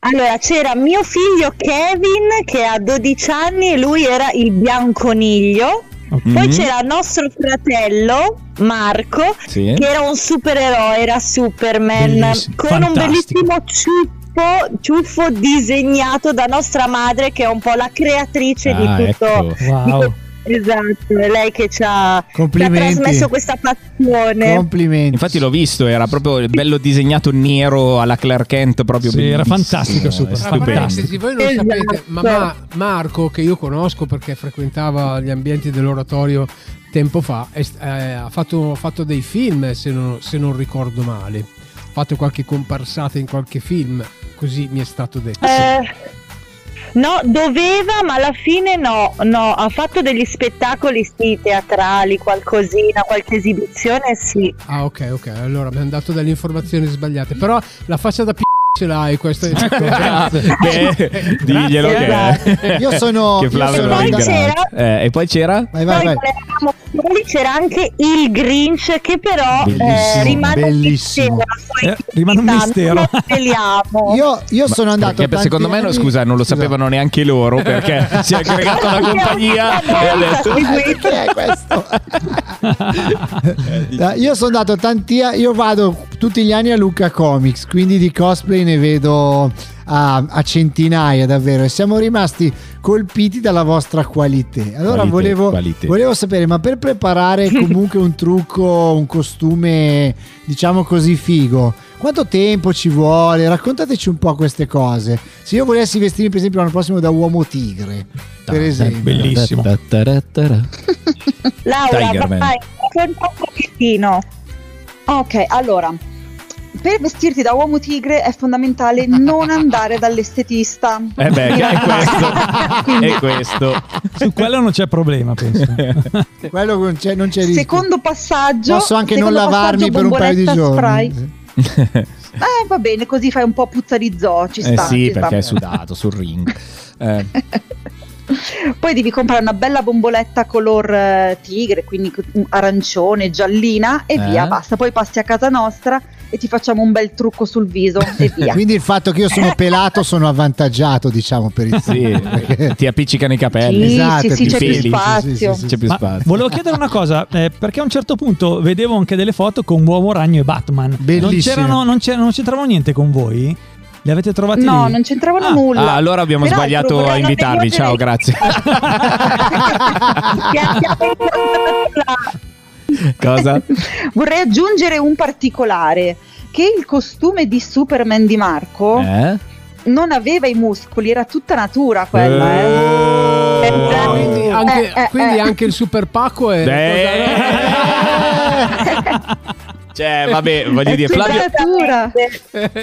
[SPEAKER 14] Allora, c'era mio figlio Kevin che ha 12 anni e lui era il bianconiglio. Poi
[SPEAKER 5] Mm.
[SPEAKER 15] Mhm.
[SPEAKER 14] c'era nostro fratello Marco
[SPEAKER 5] Ah,
[SPEAKER 15] Sì.
[SPEAKER 14] che era un supereroe, era Superman
[SPEAKER 15] Bellissimo,
[SPEAKER 14] con un
[SPEAKER 15] fantastico.
[SPEAKER 14] bellissimo ciuffo, ciuffo disegnato da nostra madre che è un po' la creatrice
[SPEAKER 15] Ah,
[SPEAKER 14] di tutto.
[SPEAKER 15] ecco.
[SPEAKER 14] di
[SPEAKER 15] Wow.
[SPEAKER 5] [laughs]
[SPEAKER 14] que- esatto, è lei che ci ha, ci ha
[SPEAKER 5] Complimenti.
[SPEAKER 14] trasmesso questa passione.
[SPEAKER 7] Complimenti.
[SPEAKER 5] Infatti l'ho visto, era proprio bello disegnato nero alla Clark Kent, proprio
[SPEAKER 3] Sì, era
[SPEAKER 5] bellissimo,
[SPEAKER 3] fantastico, super.
[SPEAKER 10] Tra parentesi,
[SPEAKER 5] Stupendo.
[SPEAKER 10] voi non
[SPEAKER 14] Esatto.
[SPEAKER 10] sapete, ma Ma- Marco, che io conosco perché frequentava gli ambienti dell'oratorio tempo fa, è st- eh, ha, fatto, ha fatto dei film, se non, se non ricordo male. Ha fatto qualche comparsata in qualche film, così mi è stato
[SPEAKER 5] Ah,
[SPEAKER 10] detto.
[SPEAKER 14] Eh, No, doveva, ma alla fine no, no, ha fatto degli spettacoli sì, teatrali, qualcosina, qualche esibizione sì.
[SPEAKER 10] Ah, ok, ok. Allora mi hanno dato delle informazioni sbagliate. Però la faccia da p ce l'hai, questo
[SPEAKER 5] [laughs]
[SPEAKER 10] è
[SPEAKER 5] Ecco,
[SPEAKER 3] Ecco,
[SPEAKER 5] Beh, diglielo che
[SPEAKER 10] Grazie.
[SPEAKER 7] Io sono-
[SPEAKER 5] [laughs] che
[SPEAKER 7] io
[SPEAKER 5] Flavio
[SPEAKER 7] sono-
[SPEAKER 5] lo
[SPEAKER 7] E poi
[SPEAKER 5] ringrazia. Eh, e poi c'era?
[SPEAKER 14] Poi volevamo- poi c'era anche il Grinch che però
[SPEAKER 5] Bellissimo,
[SPEAKER 14] eh, rimane
[SPEAKER 5] bellissimo.
[SPEAKER 14] mistero.
[SPEAKER 3] rimane
[SPEAKER 5] Eh, un mistero.
[SPEAKER 7] Io, io
[SPEAKER 5] Ma
[SPEAKER 7] sono andato
[SPEAKER 5] perché
[SPEAKER 7] tanti
[SPEAKER 5] secondo me no,
[SPEAKER 7] anni-
[SPEAKER 5] scusa non lo sapevano neanche loro [laughs] perché si è aggregata la compagnia e ha detto "Eh,
[SPEAKER 7] Chi è
[SPEAKER 14] [laughs]
[SPEAKER 7] questo? Eh, io sono andato tanti a- io vado tutti gli anni a Luca Comics, quindi di cosplay ne vedo a, a centinaia davvero e siamo rimasti colpiti dalla vostra qualità. Allora
[SPEAKER 5] Qualité,
[SPEAKER 7] volevo,
[SPEAKER 5] qualité.
[SPEAKER 7] volevo sapere, ma per preparare comunque un trucco, un costume diciamo così figo, quanto tempo ci vuole? Raccontateci un po' queste cose. Se io volessi vestirmi per esempio l'anno prossimo da uomo tigre, per esempio.
[SPEAKER 3] Bellissimo.
[SPEAKER 13] Laura,
[SPEAKER 7] Tiger Man.
[SPEAKER 13] vai, racconta un pochettino. Ok, allora, per vestirti da uomo tigre è fondamentale
[SPEAKER 7] [laughs]
[SPEAKER 13] non andare dall'estetista.
[SPEAKER 3] Eh beh, è
[SPEAKER 13] Quindi,
[SPEAKER 3] E questo. Su quello non c'è problema,
[SPEAKER 5] [laughs]
[SPEAKER 3] penso.
[SPEAKER 7] Quello non c'è, non c'è rischio.
[SPEAKER 13] secondo passaggio...
[SPEAKER 7] Posso anche non
[SPEAKER 13] secondo
[SPEAKER 7] lavarmi
[SPEAKER 13] passaggio,
[SPEAKER 7] per un paio di
[SPEAKER 13] bomboletta,
[SPEAKER 7] giorni.
[SPEAKER 13] spray. Eh, va bene, così fai un po' puzza di zoo, ci
[SPEAKER 5] eh
[SPEAKER 13] sta.
[SPEAKER 5] sì
[SPEAKER 13] ci sta.
[SPEAKER 5] perché è sudato sul ring
[SPEAKER 13] [laughs]
[SPEAKER 5] Eh,
[SPEAKER 13] Poi devi comprare una bella bomboletta color eh, tigre, quindi co- mm, arancione, giallina e
[SPEAKER 7] Eh.
[SPEAKER 13] via, basta. Poi passi a casa nostra e ti facciamo un bel trucco sul viso e
[SPEAKER 7] [laughs]
[SPEAKER 13] via.
[SPEAKER 7] Quindi il fatto che io sono pelato sono avvantaggiato, diciamo, per il
[SPEAKER 5] sì, ti appiccicano i capelli
[SPEAKER 13] Sì, Esatto, sì, sì,
[SPEAKER 5] i
[SPEAKER 13] c'è più
[SPEAKER 5] peli.
[SPEAKER 13] spazio.
[SPEAKER 5] c'è più
[SPEAKER 3] Ma
[SPEAKER 5] spazio
[SPEAKER 3] Volevo chiedere una cosa, eh, perché a un certo punto vedevo anche delle foto con Uomo Ragno e Batman. Non,
[SPEAKER 5] Bellissime.
[SPEAKER 3] c'erano, non, c'era- non c'entrava niente con voi? Li avete trovati?
[SPEAKER 13] No,
[SPEAKER 3] lì? [laughs]
[SPEAKER 13] non c'entravano nulla.
[SPEAKER 5] Ah, allora abbiamo
[SPEAKER 13] Peraltro,
[SPEAKER 5] sbagliato a
[SPEAKER 13] vorrei
[SPEAKER 5] invitarvi
[SPEAKER 13] [laughs]
[SPEAKER 5] ciao grazie cosa?
[SPEAKER 13] Vorrei aggiungere un particolare, che il costume di Superman di Marco
[SPEAKER 5] Eh?
[SPEAKER 13] non aveva i muscoli, era tutta natura quella, eh.
[SPEAKER 5] Oh.
[SPEAKER 10] Quindi anche,
[SPEAKER 13] Eh, eh,
[SPEAKER 10] quindi
[SPEAKER 13] eh.
[SPEAKER 10] anche il super pacco è...
[SPEAKER 5] Eh.
[SPEAKER 13] Eh.
[SPEAKER 5] cioè vabbè voglio dire
[SPEAKER 13] tutta
[SPEAKER 5] Flavio,
[SPEAKER 13] natura.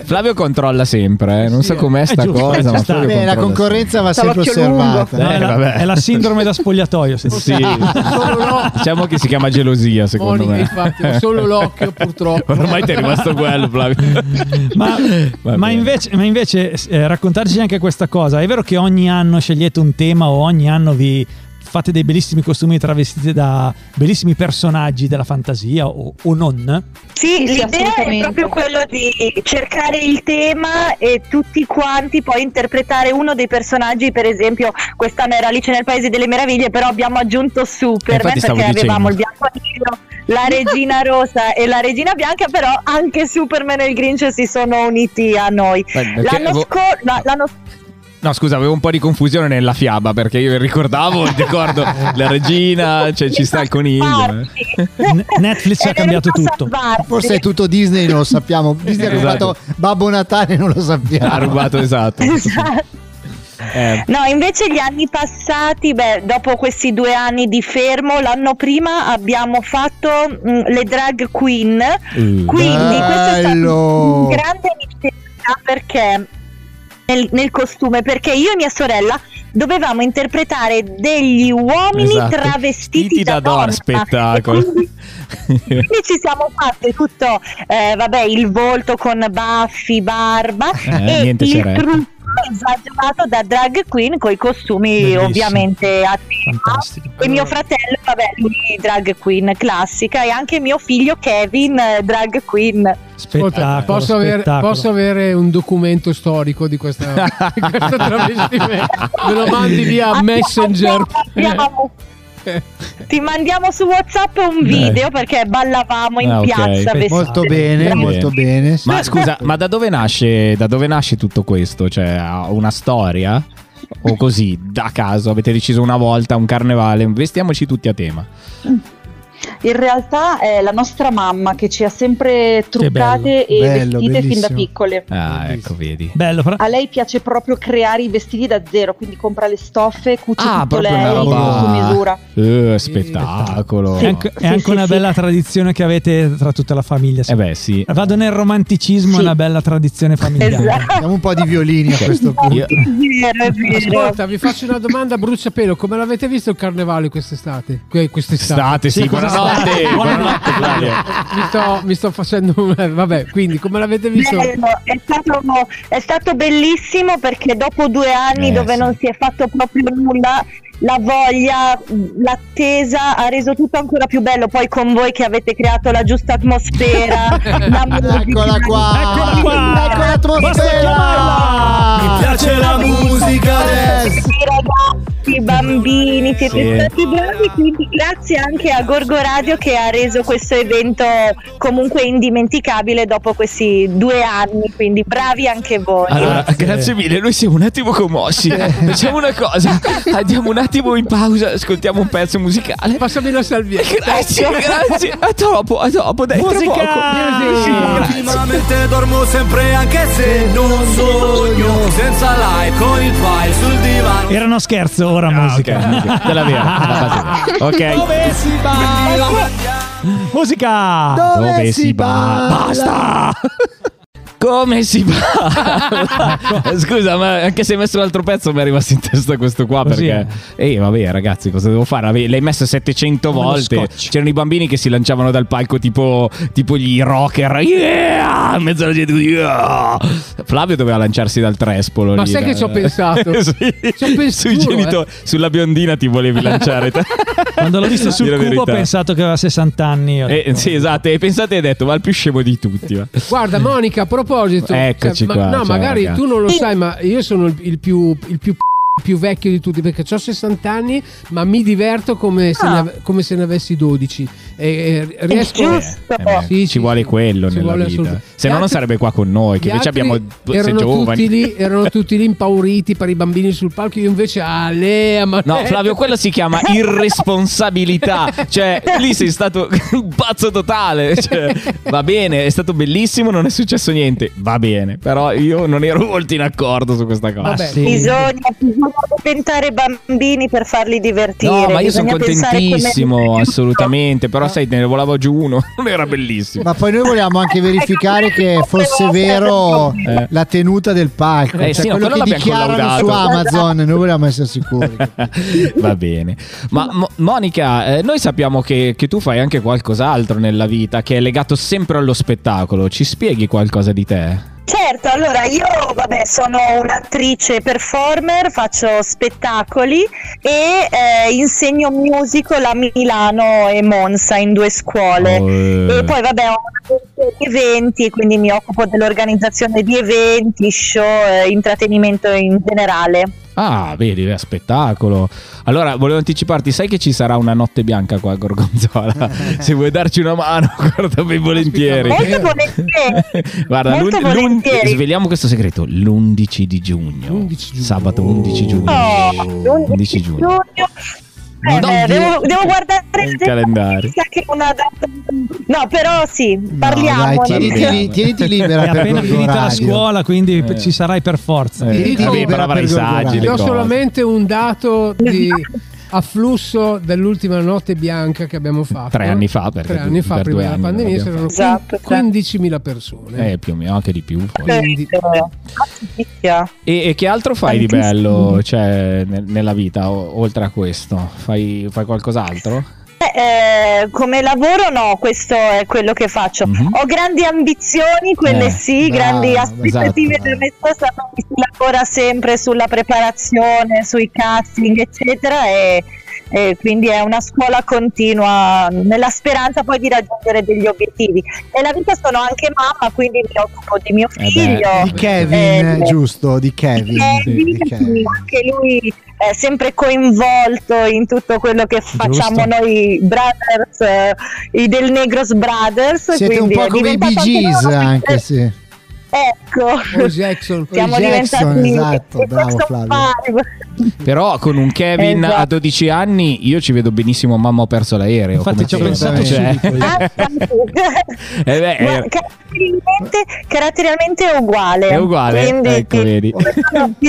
[SPEAKER 5] Flavio controlla sempre eh. non so com'è sta
[SPEAKER 3] giusto, eh,
[SPEAKER 5] cosa
[SPEAKER 3] ci
[SPEAKER 5] ma
[SPEAKER 3] sta.
[SPEAKER 5] Flavio
[SPEAKER 3] Beh, la
[SPEAKER 5] controlla
[SPEAKER 3] concorrenza
[SPEAKER 5] sempre.
[SPEAKER 3] va sempre Dall'occhio
[SPEAKER 7] osservata.
[SPEAKER 3] No, è,
[SPEAKER 5] Eh,
[SPEAKER 3] la,
[SPEAKER 5] vabbè.
[SPEAKER 3] è la sindrome da spogliatoio. Se
[SPEAKER 5] Sì. [laughs] diciamo che si chiama gelosia secondo
[SPEAKER 3] Monica,
[SPEAKER 5] me
[SPEAKER 3] infatti, ho solo l'occhio,
[SPEAKER 5] purtroppo ormai ti è rimasto quello Flavio
[SPEAKER 3] Ma,
[SPEAKER 5] Va
[SPEAKER 3] ma
[SPEAKER 5] bene.
[SPEAKER 3] invece, ma invece, eh, raccontarci anche questa cosa. È vero che ogni anno scegliete un tema o ogni anno vi fate dei bellissimi costumi travestiti da bellissimi personaggi della fantasia o, o non?
[SPEAKER 14] Sì,
[SPEAKER 13] sì,
[SPEAKER 14] l'idea è
[SPEAKER 13] assolutamente.
[SPEAKER 14] proprio quello di cercare il tema e tutti quanti poi interpretare uno dei personaggi, per esempio quest'anno era Alice nel Paese delle Meraviglie, però abbiamo aggiunto Superman
[SPEAKER 15] Infatti
[SPEAKER 14] perché
[SPEAKER 15] stavo
[SPEAKER 14] avevamo
[SPEAKER 15] dicendo.
[SPEAKER 14] il bianco nero, la regina rosa e la regina bianca, però anche Superman e il Grinch si sono uniti a noi.
[SPEAKER 5] Beh, perché
[SPEAKER 14] L'anno
[SPEAKER 5] Eh, avevo-
[SPEAKER 14] scorso... L'anno
[SPEAKER 5] No, scusa, avevo un po' di confusione nella fiaba perché io ricordavo, [laughs] ricordo la regina, cioè ci sta il coniglio. eh.
[SPEAKER 3] Netflix
[SPEAKER 14] [laughs]
[SPEAKER 3] ha cambiato tutto.
[SPEAKER 7] Forse è tutto Disney, non lo sappiamo. Disney ha
[SPEAKER 5] Esatto.
[SPEAKER 7] rubato Babbo Natale, non lo sappiamo.
[SPEAKER 5] Ha rubato, esatto. Eh,
[SPEAKER 14] No, invece gli anni passati, beh, dopo questi due anni di fermo, l'anno prima abbiamo fatto mm, le drag queen,
[SPEAKER 7] Mm.
[SPEAKER 5] uh,
[SPEAKER 14] quindi questo è stato
[SPEAKER 7] Bello.
[SPEAKER 14] un grande ricerca perché nel, nel costume, perché io e mia sorella dovevamo interpretare degli uomini
[SPEAKER 5] esatto.
[SPEAKER 14] travestiti
[SPEAKER 5] Vestiti da donna, spettacolo. [laughs]
[SPEAKER 14] quindi ci siamo fatte tutto, eh, vabbè, il volto con baffi, barba
[SPEAKER 5] Eh,
[SPEAKER 14] e
[SPEAKER 5] niente
[SPEAKER 14] il
[SPEAKER 5] ceretta.
[SPEAKER 14] trucco esagerato da drag queen con i costumi
[SPEAKER 5] Bellissimo.
[SPEAKER 14] ovviamente a tema. E mio fratello, vabbè, lui drag queen classica e anche mio figlio Kevin eh, drag queen.
[SPEAKER 10] Ascolta, posso, avere, posso avere un documento storico di questa, di
[SPEAKER 5] [laughs]
[SPEAKER 10] questo travestimento? Me lo mandi
[SPEAKER 13] Ah,
[SPEAKER 10] via Messenger.
[SPEAKER 14] Abbiamo- Ti mandiamo su WhatsApp un video perché ballavamo in
[SPEAKER 5] Ah, ok.
[SPEAKER 14] piazza vestiti.
[SPEAKER 7] Molto bene,
[SPEAKER 5] Bene.
[SPEAKER 7] molto bene. sì.
[SPEAKER 5] Ma scusa, ma da dove nasce, da dove nasce tutto questo? Cioè, ha una storia? O così, da caso, avete deciso una volta un carnevale, vestiamoci tutti a tema.
[SPEAKER 13] In realtà è la nostra mamma che ci ha sempre truccate e vestite
[SPEAKER 5] Bello,
[SPEAKER 13] fin da
[SPEAKER 5] bellissimo.
[SPEAKER 13] piccole.
[SPEAKER 5] Ah, ecco, vedi.
[SPEAKER 3] Bello,
[SPEAKER 13] A lei piace proprio creare i vestiti da zero, quindi compra le stoffe, cuce
[SPEAKER 5] Ah,
[SPEAKER 13] tutto
[SPEAKER 5] proprio
[SPEAKER 13] lei
[SPEAKER 5] una
[SPEAKER 13] su misura.
[SPEAKER 5] roba. Eh, spettacolo.
[SPEAKER 3] È anche, è anche una bella tradizione che avete tra tutta la famiglia.
[SPEAKER 5] Eh beh, sì.
[SPEAKER 3] Vado nel romanticismo, è una bella tradizione familiare.
[SPEAKER 14] Esatto.
[SPEAKER 7] Diamo un po' di violini a questo punto.
[SPEAKER 10] Ascolta, vi faccio una domanda a bruciapelo. Come l'avete visto il carnevale quest'estate? Que- quest'estate.
[SPEAKER 5] Estate, sì, buonanotte,
[SPEAKER 10] quest'estate.
[SPEAKER 5] buonanotte, Flavio.
[SPEAKER 10] mi, sto, mi sto facendo un... Vabbè, quindi come l'avete visto?
[SPEAKER 14] Bello, È, stato, è stato bellissimo perché dopo due anni
[SPEAKER 10] Eh,
[SPEAKER 14] dove
[SPEAKER 10] sì.
[SPEAKER 14] non si è fatto proprio nulla, la voglia, l'attesa ha reso tutto ancora più bello. Poi con voi che avete creato la giusta atmosfera, la musica,
[SPEAKER 7] Eccola qua,
[SPEAKER 14] eccola
[SPEAKER 7] qua, ecco l'atmosfera.
[SPEAKER 14] Mi
[SPEAKER 7] piace la musica adesso.
[SPEAKER 14] I ragazzi, i bambini, siete
[SPEAKER 7] Sì.
[SPEAKER 14] stati bravi, quindi grazie anche a Gorgo Radio che ha reso questo evento comunque indimenticabile dopo questi due anni, quindi bravi anche voi.
[SPEAKER 5] Allora,
[SPEAKER 3] eh,
[SPEAKER 5] grazie mille, noi siamo un attimo commossi. [laughs] Facciamo una cosa, andiamo un attimo in pausa, ascoltiamo un pezzo musicale.
[SPEAKER 10] Passami la salvietta.
[SPEAKER 5] Grazie, grazie. A dopo, a dopo, dai, tra
[SPEAKER 15] Musica!
[SPEAKER 5] poco. Sì, grazie.
[SPEAKER 15] Ultimamente dormo sempre anche se non sogno Senza like con il file sul divano
[SPEAKER 3] Era uno scherzo, ora musica.
[SPEAKER 5] Ah, ok, della vera, della [laughs]
[SPEAKER 3] vera.
[SPEAKER 15] Dove si
[SPEAKER 3] [laughs] Musica!
[SPEAKER 5] Dove Dove si si ba- balla?
[SPEAKER 10] [laughs]
[SPEAKER 5] Basta! Come si fa? [laughs] Scusa, ma anche se hai messo l'altro pezzo mi è rimasto in testa questo qua
[SPEAKER 3] Così
[SPEAKER 5] perché... Ehi, vabbè ragazzi, cosa devo fare? Ave- L'hai messo 700
[SPEAKER 3] Come uno
[SPEAKER 5] volte.
[SPEAKER 3] scotch.
[SPEAKER 5] C'erano i bambini che si lanciavano dal palco tipo, tipo gli rocker. Yeah! In mezzo alla gente così, yeah! Flavio doveva lanciarsi dal trespolo.
[SPEAKER 10] Ma
[SPEAKER 5] lì,
[SPEAKER 10] sai
[SPEAKER 5] da-
[SPEAKER 10] che ci ho pensato?
[SPEAKER 5] [laughs] Sì.
[SPEAKER 10] Ci ho pensato. eh.
[SPEAKER 5] Sui genitori, sulla biondina ti
[SPEAKER 10] [laughs]
[SPEAKER 5] volevi lanciare.
[SPEAKER 13] [laughs]
[SPEAKER 3] Quando l'ho visto sul
[SPEAKER 5] Dì la
[SPEAKER 3] cubo ho
[SPEAKER 5] verità.
[SPEAKER 3] pensato che aveva 60 anni. io.
[SPEAKER 5] Eh, sì, esatto. E pensate, hai detto, ma il più scemo di tutti. va.
[SPEAKER 10] Guarda Monica, a proposito, cioè,
[SPEAKER 5] Eccoci
[SPEAKER 10] ma-
[SPEAKER 5] qua,
[SPEAKER 10] no,
[SPEAKER 5] ciao,
[SPEAKER 10] magari
[SPEAKER 5] ragazzi.
[SPEAKER 10] tu non lo sai, ma io sono il, il più il più, il più vecchio di tutti perché ho 60 anni, ma mi diverto come se, ne, ave- come se ne avessi 12 e, e riesco
[SPEAKER 5] Eh, beh,
[SPEAKER 10] Sì,
[SPEAKER 5] ci vuole quello
[SPEAKER 10] ci
[SPEAKER 5] nella
[SPEAKER 10] vuole
[SPEAKER 5] vita.
[SPEAKER 10] assolutamente.
[SPEAKER 5] Se
[SPEAKER 10] Gli
[SPEAKER 5] no, non
[SPEAKER 10] altri-
[SPEAKER 5] sarebbe qua con noi. Che
[SPEAKER 10] Gli
[SPEAKER 5] invece
[SPEAKER 10] altri
[SPEAKER 5] abbiamo sei
[SPEAKER 10] erano
[SPEAKER 5] giovani.
[SPEAKER 10] tutti, lì, erano tutti lì impauriti per i bambini sul palco. Io invece, alea, ma
[SPEAKER 5] No, Flavio, quella si
[SPEAKER 14] [laughs]
[SPEAKER 5] chiama irresponsabilità. Cioè, lì sei stato un pazzo totale. Cioè, va bene, è stato bellissimo, non è successo niente. Va bene, però io non ero molto in accordo su questa cosa.
[SPEAKER 14] Bisogna, bisogna accontentare i bambini per farli divertire.
[SPEAKER 5] No, ma io sono
[SPEAKER 14] bisogna pensare come- [laughs]
[SPEAKER 5] contentissimo, assolutamente. Però, sai, ne volavo giù uno. [laughs] Non era
[SPEAKER 14] [laughs]
[SPEAKER 5] bellissimo.
[SPEAKER 7] Ma poi noi volevamo anche verificare che fosse vero
[SPEAKER 5] Eh.
[SPEAKER 7] la tenuta del palco, cioè
[SPEAKER 5] Eh, sì, no,
[SPEAKER 7] quello
[SPEAKER 5] quello
[SPEAKER 7] che
[SPEAKER 5] l'abbiamo
[SPEAKER 7] dichiarano su
[SPEAKER 5] collaudato.
[SPEAKER 7] Amazon, noi volevamo essere
[SPEAKER 5] [laughs]
[SPEAKER 7] sicuri.
[SPEAKER 5] Va bene. Ma Mo- Monica, eh, noi sappiamo che, che tu fai anche qualcos'altro nella vita che è legato sempre allo spettacolo. Ci spieghi qualcosa di te?
[SPEAKER 14] Certo, allora io vabbè, sono un'attrice performer, faccio spettacoli e eh, insegno musical a Milano e Monza in due scuole.
[SPEAKER 5] Oh, eh.
[SPEAKER 14] E poi vabbè ho una di eventi, quindi mi occupo dell'organizzazione di eventi, show, eh, intrattenimento in generale.
[SPEAKER 5] Ah, vedi, è spettacolo. Allora, volevo anticiparti, sai che ci sarà una notte bianca qua a
[SPEAKER 14] [laughs]
[SPEAKER 5] Gorgonzola? Se vuoi darci una mano, [laughs] guardami volentieri.
[SPEAKER 14] Molto volentieri.
[SPEAKER 5] [laughs] Guarda,
[SPEAKER 14] molto
[SPEAKER 5] l'un- l'un-
[SPEAKER 14] volentieri.
[SPEAKER 5] sveliamo questo segreto, l'11 di giugno. Sabato 11 giugno.
[SPEAKER 14] Oh, l'11
[SPEAKER 5] 11 giugno.
[SPEAKER 14] giugno Eh,
[SPEAKER 5] Non
[SPEAKER 14] devo,
[SPEAKER 5] dire-
[SPEAKER 14] devo guardare
[SPEAKER 5] il calendario.
[SPEAKER 14] se c'è una data. No, però sì, parliamo.
[SPEAKER 2] eh.
[SPEAKER 7] libera
[SPEAKER 3] È
[SPEAKER 7] per
[SPEAKER 5] esatto.
[SPEAKER 3] appena
[SPEAKER 7] Gorgo
[SPEAKER 3] finita la
[SPEAKER 7] Radio.
[SPEAKER 3] scuola, quindi
[SPEAKER 5] Eh.
[SPEAKER 3] ci sarai per forza.
[SPEAKER 10] Ti dico- Ti do solamente un dato di afflusso dell'ultima notte bianca che abbiamo fatto.
[SPEAKER 5] Tre anni fa, perché
[SPEAKER 10] Tre anni fa,
[SPEAKER 5] per
[SPEAKER 10] prima
[SPEAKER 5] due
[SPEAKER 10] della
[SPEAKER 5] anni
[SPEAKER 10] pandemia, c'erano
[SPEAKER 5] l'abbiamo
[SPEAKER 7] Esatto,
[SPEAKER 10] quin- 15.000 persone.
[SPEAKER 5] Eh, più o meno, anche di più. forse.
[SPEAKER 10] Quindi-
[SPEAKER 5] E, e che altro fai di bello cioè, nel- nella vita, o- oltre a questo? Fai, fai qualcos'altro?
[SPEAKER 14] Eh, eh, come lavoro no, questo è quello che faccio. Ho
[SPEAKER 7] Mm?
[SPEAKER 14] grandi ambizioni, quelle
[SPEAKER 5] Eh,
[SPEAKER 14] sì,
[SPEAKER 5] brava,
[SPEAKER 14] grandi aspettative
[SPEAKER 5] esatto.
[SPEAKER 14] per me stessa, ma si lavora sempre sulla preparazione, sui casting, eccetera, e, e quindi è una scuola continua nella speranza poi di raggiungere degli obiettivi. Nella vita sono anche mamma, quindi mi occupo di mio
[SPEAKER 7] Eh
[SPEAKER 14] figlio.
[SPEAKER 7] Di Kevin,
[SPEAKER 14] eh,
[SPEAKER 7] giusto, di Kevin.
[SPEAKER 14] Kevin,
[SPEAKER 7] Di Kevin.
[SPEAKER 14] anche lui è sempre coinvolto in tutto quello che facciamo noi brothers, eh, i del Negros Brothers.
[SPEAKER 7] Siete un
[SPEAKER 14] quindi
[SPEAKER 7] po'
[SPEAKER 14] è
[SPEAKER 7] come i Bee
[SPEAKER 14] diventato anche
[SPEAKER 7] Gees,
[SPEAKER 14] loro-
[SPEAKER 7] anche sì.
[SPEAKER 14] Ecco, [laughs] siamo
[SPEAKER 7] Paul Oh, Jackson,
[SPEAKER 14] diventati
[SPEAKER 7] esatto,
[SPEAKER 14] [laughs] i
[SPEAKER 7] bravo
[SPEAKER 14] Jackson
[SPEAKER 7] Flavio.
[SPEAKER 14] Five. [laughs]
[SPEAKER 5] Però con un Kevin
[SPEAKER 14] Esatto.
[SPEAKER 5] a 12 anni io ci vedo benissimo, mamma ho perso l'aereo.
[SPEAKER 3] Infatti
[SPEAKER 5] come
[SPEAKER 3] ci ho
[SPEAKER 5] sera,
[SPEAKER 3] pensato
[SPEAKER 5] cioè.
[SPEAKER 3] subito
[SPEAKER 5] Eh beh,
[SPEAKER 14] Ma
[SPEAKER 5] è-
[SPEAKER 14] caratterialmente, caratterialmente è uguale.
[SPEAKER 7] È uguale,
[SPEAKER 14] Quindi-
[SPEAKER 7] ecco,
[SPEAKER 5] vedi.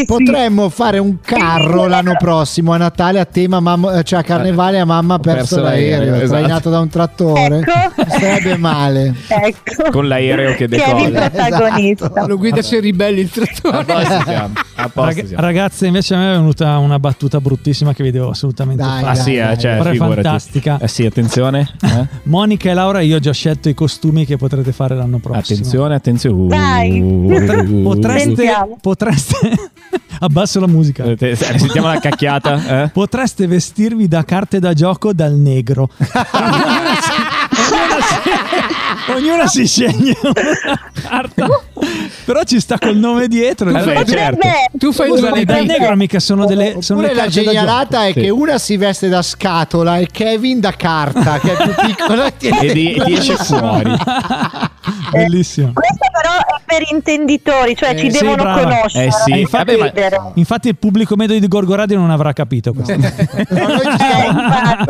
[SPEAKER 7] Potremmo fare un carro l'anno prossimo a Natale a tema mamma, eh, cioè a carnevale a mamma ha perso,
[SPEAKER 5] perso l'aereo,
[SPEAKER 7] l'aereo,
[SPEAKER 5] esatto.
[SPEAKER 7] trainato da un trattore.
[SPEAKER 14] Ecco.
[SPEAKER 7] Non Sarebbe male.
[SPEAKER 14] Ecco.
[SPEAKER 5] Con l'aereo che decolla.
[SPEAKER 7] Esatto.
[SPEAKER 10] Lo guida sui ribelli il
[SPEAKER 5] si
[SPEAKER 10] trattore.
[SPEAKER 5] chiama. A posto
[SPEAKER 3] Rag-
[SPEAKER 5] siamo.
[SPEAKER 3] ragazze, invece a me è venuta una battuta bruttissima che vi devo assolutamente fare.
[SPEAKER 5] Ah sì, eh, cioè,
[SPEAKER 3] Però è
[SPEAKER 5] figurati.
[SPEAKER 3] fantastica.
[SPEAKER 5] Eh sì, attenzione. eh.
[SPEAKER 3] Monica e Laura, io ho già scelto i costumi che potrete fare l'anno prossimo.
[SPEAKER 5] Attenzione, attenzione.
[SPEAKER 3] Dai. Potre- potreste,
[SPEAKER 5] Sentiamo.
[SPEAKER 3] potreste [laughs] abbasso la musica.
[SPEAKER 5] Eh, Sentiamo la cacchiata. eh?
[SPEAKER 3] Potreste vestirvi da carte da gioco dal negro. Ognuna si sceglie una carta. Però ci sta col nome dietro.
[SPEAKER 5] Vabbè,
[SPEAKER 3] Cioè,
[SPEAKER 5] certo.
[SPEAKER 3] Tu fai
[SPEAKER 7] Scusa,
[SPEAKER 3] una dal
[SPEAKER 7] potrebbe-
[SPEAKER 3] negro, mica sono delle sono
[SPEAKER 7] Oppure
[SPEAKER 3] le
[SPEAKER 7] la
[SPEAKER 3] carte da
[SPEAKER 7] genialata
[SPEAKER 3] gioco.
[SPEAKER 7] è
[SPEAKER 3] Sì.
[SPEAKER 7] che una si veste da scatola e Kevin da carta, che è più piccola [laughs]
[SPEAKER 5] E di- e esce fuori.
[SPEAKER 3] [laughs] Bellissimo.
[SPEAKER 14] Questo però è per intenditori, cioè ci
[SPEAKER 3] Eh, sì,
[SPEAKER 14] devono
[SPEAKER 3] brava.
[SPEAKER 14] conoscere.
[SPEAKER 3] Eh, infatti,
[SPEAKER 14] Vabbè, ma-
[SPEAKER 3] infatti il pubblico medio di Gorgo Radio non avrà capito questo.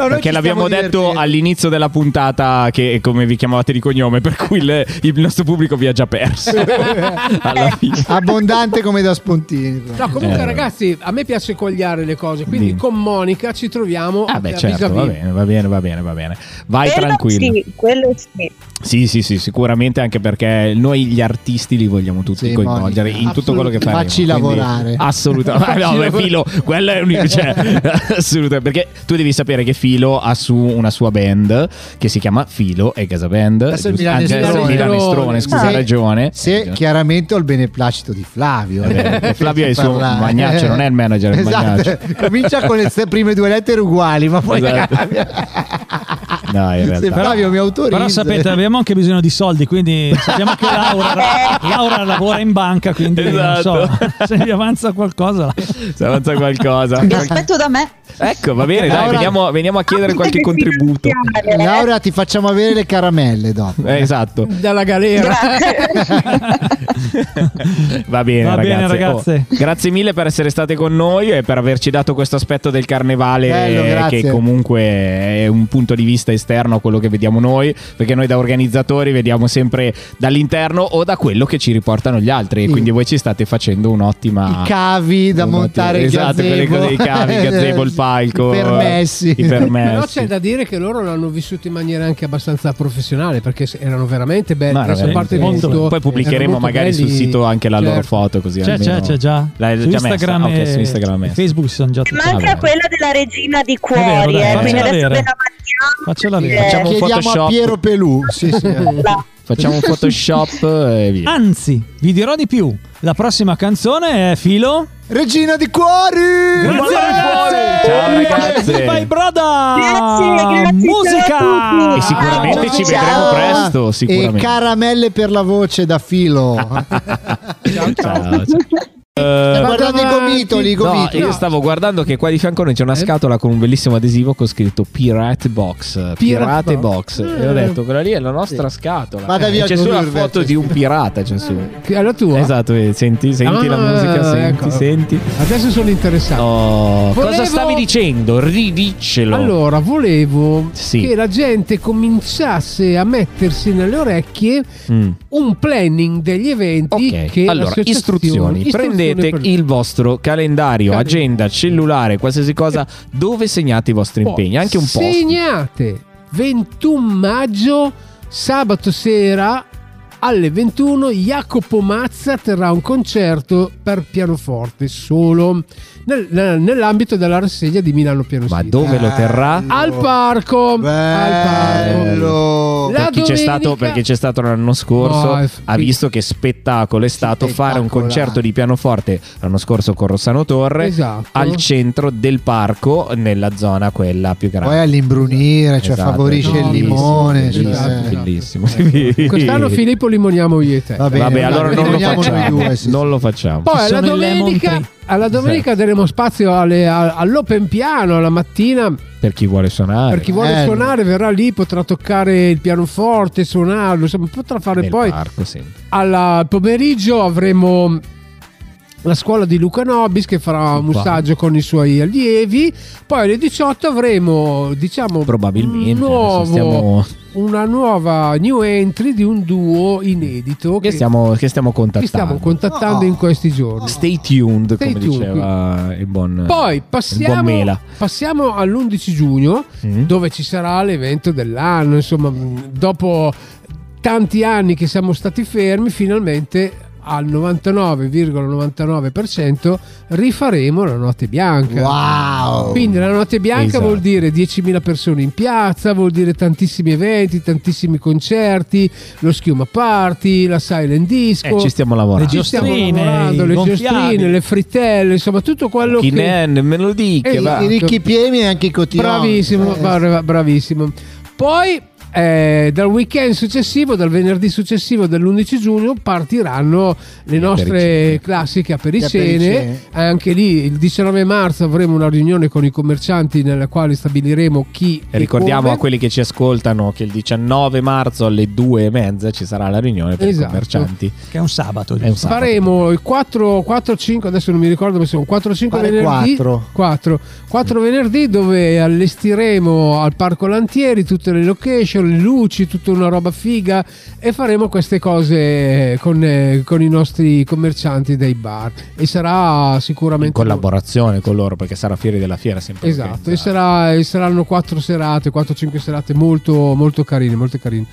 [SPEAKER 5] Perché l'abbiamo detto all'inizio della puntata che come vi chiamavate di cognome, per cui il, il nostro pubblico vi ha già [laughs] perso. Alla fine.
[SPEAKER 7] abbondante come da spontini. però.
[SPEAKER 10] No, comunque,
[SPEAKER 5] Eh.
[SPEAKER 10] ragazzi, a me piace cogliare le cose. Quindi,
[SPEAKER 5] Dimmi.
[SPEAKER 10] con Monica ci troviamo
[SPEAKER 5] Ah,
[SPEAKER 10] a
[SPEAKER 5] beh,
[SPEAKER 10] vis
[SPEAKER 5] certo, va bene, va bene, va bene, va bene. Vai
[SPEAKER 14] Quello
[SPEAKER 5] tranquillo.
[SPEAKER 14] Sì, quello sì.
[SPEAKER 5] Sì, sì, sì, sicuramente anche perché noi gli artisti li vogliamo tutti
[SPEAKER 7] Sì,
[SPEAKER 5] coinvolgere
[SPEAKER 7] Monica,
[SPEAKER 5] in tutto quello che faremo.
[SPEAKER 7] facci
[SPEAKER 5] quindi
[SPEAKER 7] lavorare. [laughs]
[SPEAKER 5] Assolutamente.
[SPEAKER 7] Facci
[SPEAKER 5] no, beh,
[SPEAKER 7] lavorare.
[SPEAKER 5] Filo, quello
[SPEAKER 7] [laughs]
[SPEAKER 5] è un... cioè, assolutamente. Perché tu devi sapere che Filo ha su una sua band che si chiama Filo e Casa Band.
[SPEAKER 7] Adesso il
[SPEAKER 5] giusto? Ah,
[SPEAKER 7] Milanestrone.
[SPEAKER 5] Anzi, il Milanestrone, scusa,
[SPEAKER 7] Se-
[SPEAKER 5] ragione.
[SPEAKER 7] Se chiaramente ho il beneplacito di Flavio.
[SPEAKER 5] Eh, beh, Flavio è il suo
[SPEAKER 7] Parlare.
[SPEAKER 5] magnaccio, non è il manager, è il
[SPEAKER 7] eh. Esatto.
[SPEAKER 5] magnaccio.
[SPEAKER 7] [laughs] Comincia con le se- prime due lettere uguali, ma poi
[SPEAKER 5] Esatto.
[SPEAKER 7] cambia.
[SPEAKER 5] No,
[SPEAKER 7] [laughs]
[SPEAKER 5] in
[SPEAKER 7] Se
[SPEAKER 5] realtà.
[SPEAKER 7] Flavio mi autorizza.
[SPEAKER 3] Però sapete, abbiamo anche bisogno di soldi, quindi sappiamo che
[SPEAKER 7] [laughs]
[SPEAKER 3] Laura, Laura lavora in banca, quindi non
[SPEAKER 5] Esatto.
[SPEAKER 3] so, [laughs] se vi avanza
[SPEAKER 5] [laughs]
[SPEAKER 3] qualcosa.
[SPEAKER 5] Se avanza
[SPEAKER 14] [laughs]
[SPEAKER 5] qualcosa.
[SPEAKER 13] Vi aspetto da me.
[SPEAKER 5] Ecco, va bene, dai,
[SPEAKER 7] Laura-
[SPEAKER 5] veniamo, veniamo a
[SPEAKER 14] Ah,
[SPEAKER 5] chiedere
[SPEAKER 14] [laughs]
[SPEAKER 5] qualche contributo.
[SPEAKER 7] Laura, ti facciamo avere le caramelle dopo.
[SPEAKER 5] Eh, esatto.
[SPEAKER 10] dalla galera.
[SPEAKER 3] [laughs]
[SPEAKER 5] Eh, Va bene,
[SPEAKER 3] Va
[SPEAKER 5] ragazze.
[SPEAKER 3] bene, ragazze.
[SPEAKER 5] Oh, grazie mille per essere state con noi e per averci dato questo aspetto del carnevale
[SPEAKER 7] Bello,
[SPEAKER 5] eh,
[SPEAKER 7] grazie.
[SPEAKER 5] che comunque è un punto di vista esterno a quello che vediamo noi, perché noi da organizzatori vediamo sempre dall'interno o da quello che ci riportano gli altri e quindi voi ci state facendo un'ottima
[SPEAKER 7] I cavi da montare il
[SPEAKER 5] ah. Esatto, quelle
[SPEAKER 7] gazebo.
[SPEAKER 5] cose dei cavi, il gazebo, il palco, eh,
[SPEAKER 7] I permessi.
[SPEAKER 5] i permessi.
[SPEAKER 10] Però c'è da dire che loro l'hanno vissuto in maniera anche abbastanza professionale perché se- erano veramente belli.
[SPEAKER 5] No, era
[SPEAKER 10] adesso a parte di
[SPEAKER 5] veramente-
[SPEAKER 10] tutto,
[SPEAKER 5] Poi
[SPEAKER 10] erano
[SPEAKER 5] pubbliceremo
[SPEAKER 10] molto
[SPEAKER 5] magari sul
[SPEAKER 10] belli.
[SPEAKER 5] sito anche la loro
[SPEAKER 10] Certo.
[SPEAKER 5] foto così
[SPEAKER 3] C'è,
[SPEAKER 5] almeno-
[SPEAKER 3] c'è, c'è già.
[SPEAKER 5] L'hai
[SPEAKER 3] su,
[SPEAKER 5] già
[SPEAKER 3] Instagram
[SPEAKER 5] messa? Ah, ok,
[SPEAKER 3] e,
[SPEAKER 5] su Instagram è
[SPEAKER 3] e
[SPEAKER 5] messa.
[SPEAKER 3] Facebook ci sono già tutti.
[SPEAKER 14] Manca quella della regina di cuori,
[SPEAKER 3] dai,
[SPEAKER 14] eh,
[SPEAKER 3] faccela
[SPEAKER 14] quindi adesso
[SPEAKER 3] vedere.
[SPEAKER 14] ve la mandiamo.
[SPEAKER 3] Faccela
[SPEAKER 14] Eh,
[SPEAKER 3] vedere.
[SPEAKER 5] Facciamo un
[SPEAKER 7] Chiediamo a
[SPEAKER 5] Photoshop.
[SPEAKER 7] Piero Pelù. Sì, sì.
[SPEAKER 5] Facciamo un Photoshop e via.
[SPEAKER 3] Anzi, vi dirò di più. La prossima canzone è Filo.
[SPEAKER 7] Regina di cuori!
[SPEAKER 3] Grazie ragazze!
[SPEAKER 5] Ciao, ragazze!
[SPEAKER 3] Bye bye brother!
[SPEAKER 7] Grazie, grazie, ciao a
[SPEAKER 3] Musica!
[SPEAKER 7] tutti!
[SPEAKER 5] E sicuramente ci vedremo presto,
[SPEAKER 7] E
[SPEAKER 5] sicuramente. [laughs]
[SPEAKER 7] caramelle per la voce da filo.
[SPEAKER 3] Ah,
[SPEAKER 5] Ciao, ciao. Eh,
[SPEAKER 7] guardando i gomitoli, i
[SPEAKER 5] No,
[SPEAKER 7] gomitoli.
[SPEAKER 5] io stavo guardando che qua di fianco a noi c'è una scatola con un bellissimo adesivo con scritto Pirate Box. Pirate, Box. Mm. E ho detto, quella lì è la nostra scatola.
[SPEAKER 10] Vada
[SPEAKER 5] Eh,
[SPEAKER 10] via
[SPEAKER 5] c'è
[SPEAKER 10] con
[SPEAKER 5] sulla
[SPEAKER 10] l'Urvex,
[SPEAKER 5] foto di un pirata. C'è su.
[SPEAKER 10] Che è la tua?
[SPEAKER 5] Esatto, eh, senti, senti la
[SPEAKER 10] Ah,
[SPEAKER 5] musica, senti,
[SPEAKER 10] ecco.
[SPEAKER 5] senti.
[SPEAKER 10] Adesso sono interessato.
[SPEAKER 5] Oh,
[SPEAKER 10] Volevo-
[SPEAKER 5] Cosa stavi dicendo? Ridiccelo.
[SPEAKER 10] Allora, volevo
[SPEAKER 5] Sì.
[SPEAKER 10] che la gente cominciasse a mettersi nelle orecchie
[SPEAKER 5] Mm.
[SPEAKER 10] un planning degli eventi che
[SPEAKER 5] Allora,
[SPEAKER 10] l'associazione-
[SPEAKER 5] istruzioni. Prendete
[SPEAKER 10] per-
[SPEAKER 5] il vostro calendario, Eh. agenda, cellulare, qualsiasi cosa, dove segnate i vostri
[SPEAKER 10] Poi,
[SPEAKER 5] impegni, anche un po'.
[SPEAKER 10] Segnate 21 maggio, sabato sera alle 21 Jacopo Mazza terrà un concerto per pianoforte solo nel- nel- nell'ambito della rassegna di Milano Piano Ma
[SPEAKER 5] dove lo terrà?
[SPEAKER 10] Al parco. Al parco.
[SPEAKER 5] Per chi c'è stato,
[SPEAKER 10] domenica-
[SPEAKER 5] perché c'è stato l'anno scorso,
[SPEAKER 10] No, è-
[SPEAKER 5] ha visto che spettacolo è stato fare un concerto di pianoforte l'anno scorso con Rossano Torre
[SPEAKER 7] Esatto.
[SPEAKER 5] al centro del parco, nella zona quella più grande.
[SPEAKER 7] Poi all'imbrunire, cioè
[SPEAKER 5] Esatto,
[SPEAKER 7] favorisce il
[SPEAKER 5] bellissimo,
[SPEAKER 7] limone. cioè,
[SPEAKER 5] bellissimo,
[SPEAKER 7] eh.
[SPEAKER 5] bellissimo. [laughs]
[SPEAKER 10] Quest'anno Filippo limoniamo io e te.
[SPEAKER 5] Vabbè, allora non lo facciamo. non lo facciamo.
[SPEAKER 10] Poi alla domenica, alla domenica daremo spazio alle- a- all'open piano alla mattina
[SPEAKER 5] Per chi vuole suonare.
[SPEAKER 10] per chi vuole
[SPEAKER 7] Eh,
[SPEAKER 5] Bello.
[SPEAKER 10] suonare verrà lì, potrà toccare il pianoforte, suonarlo, insomma potrà fare
[SPEAKER 5] Nel
[SPEAKER 10] poi
[SPEAKER 5] parco, sì.
[SPEAKER 10] al eh, pomeriggio avremo la scuola di Luca Nobis che farà un
[SPEAKER 5] qua.
[SPEAKER 10] saggio con i suoi allievi, poi alle 18 avremo diciamo
[SPEAKER 5] Probabilmente,
[SPEAKER 10] un nuovo-
[SPEAKER 5] adesso stiamo-
[SPEAKER 10] una nuova new entry di un duo inedito che,
[SPEAKER 5] Che stiamo, che stiamo
[SPEAKER 10] che
[SPEAKER 5] contattando.
[SPEAKER 10] stiamo contattando in questi giorni.
[SPEAKER 5] Stay tuned,
[SPEAKER 10] Stay
[SPEAKER 5] come
[SPEAKER 10] tuned,
[SPEAKER 5] diceva il buon,
[SPEAKER 10] Poi
[SPEAKER 5] il buon
[SPEAKER 10] passiamo,
[SPEAKER 5] Mela. Mm?
[SPEAKER 10] passiamo all'11 giugno,
[SPEAKER 5] Mm-hmm.
[SPEAKER 10] dove ci sarà l'evento dell'anno. Insomma, mh, dopo tanti anni che siamo stati fermi, finalmente al 99,99% rifaremo la notte bianca.
[SPEAKER 7] Wow!
[SPEAKER 10] Quindi la notte bianca
[SPEAKER 7] Esatto.
[SPEAKER 10] vuol dire 10.000 persone in piazza, vuol dire tantissimi eventi, tantissimi concerti, lo schiuma party, la silent disco.
[SPEAKER 5] Eh, ci stiamo lavorando.
[SPEAKER 10] Ci stiamo
[SPEAKER 5] Le giostrine,
[SPEAKER 10] lavorando,
[SPEAKER 5] i
[SPEAKER 10] le
[SPEAKER 5] gonfiabili.
[SPEAKER 10] giostrine, le frittelle, insomma tutto quello
[SPEAKER 5] Chi
[SPEAKER 10] che
[SPEAKER 5] ne è, nemmeno lo dica,
[SPEAKER 10] Esatto.
[SPEAKER 5] va.
[SPEAKER 7] I ricchi piemi e anche i cotillon.
[SPEAKER 10] Bravissimo,
[SPEAKER 7] Eh,
[SPEAKER 10] bra- bravissimo. Poi eh, dal weekend successivo, dal venerdì successivo dell'11 giugno, partiranno le nostre classiche apericene.
[SPEAKER 7] apericene.
[SPEAKER 10] Anche lì il 19 marzo avremo una riunione con i commercianti nella quale stabiliremo chi
[SPEAKER 5] E ricordiamo
[SPEAKER 10] come.
[SPEAKER 5] a quelli che ci ascoltano che il 19 marzo alle due e mezza ci sarà la riunione per
[SPEAKER 10] Esatto.
[SPEAKER 5] i commercianti.
[SPEAKER 3] Che è un sabato.
[SPEAKER 5] È un sabato.
[SPEAKER 10] Faremo il 4, 4, 5, adesso non mi ricordo ma sono 4, 5
[SPEAKER 7] Pare
[SPEAKER 10] venerdì.
[SPEAKER 7] 4.
[SPEAKER 10] 4. 4 venerdì dove allestiremo al Parco Lantieri tutte le location, le luci, tutta una roba figa e faremo queste cose con, eh, con i nostri commercianti dei bar. E sarà
[SPEAKER 5] In
[SPEAKER 10] sicuramente...
[SPEAKER 5] collaborazione con loro perché sarà Fieri della Fiera sempre.
[SPEAKER 10] Esatto, e, sarà- e saranno 4 serate, 4-5 serate molto, molto carine, molto carine.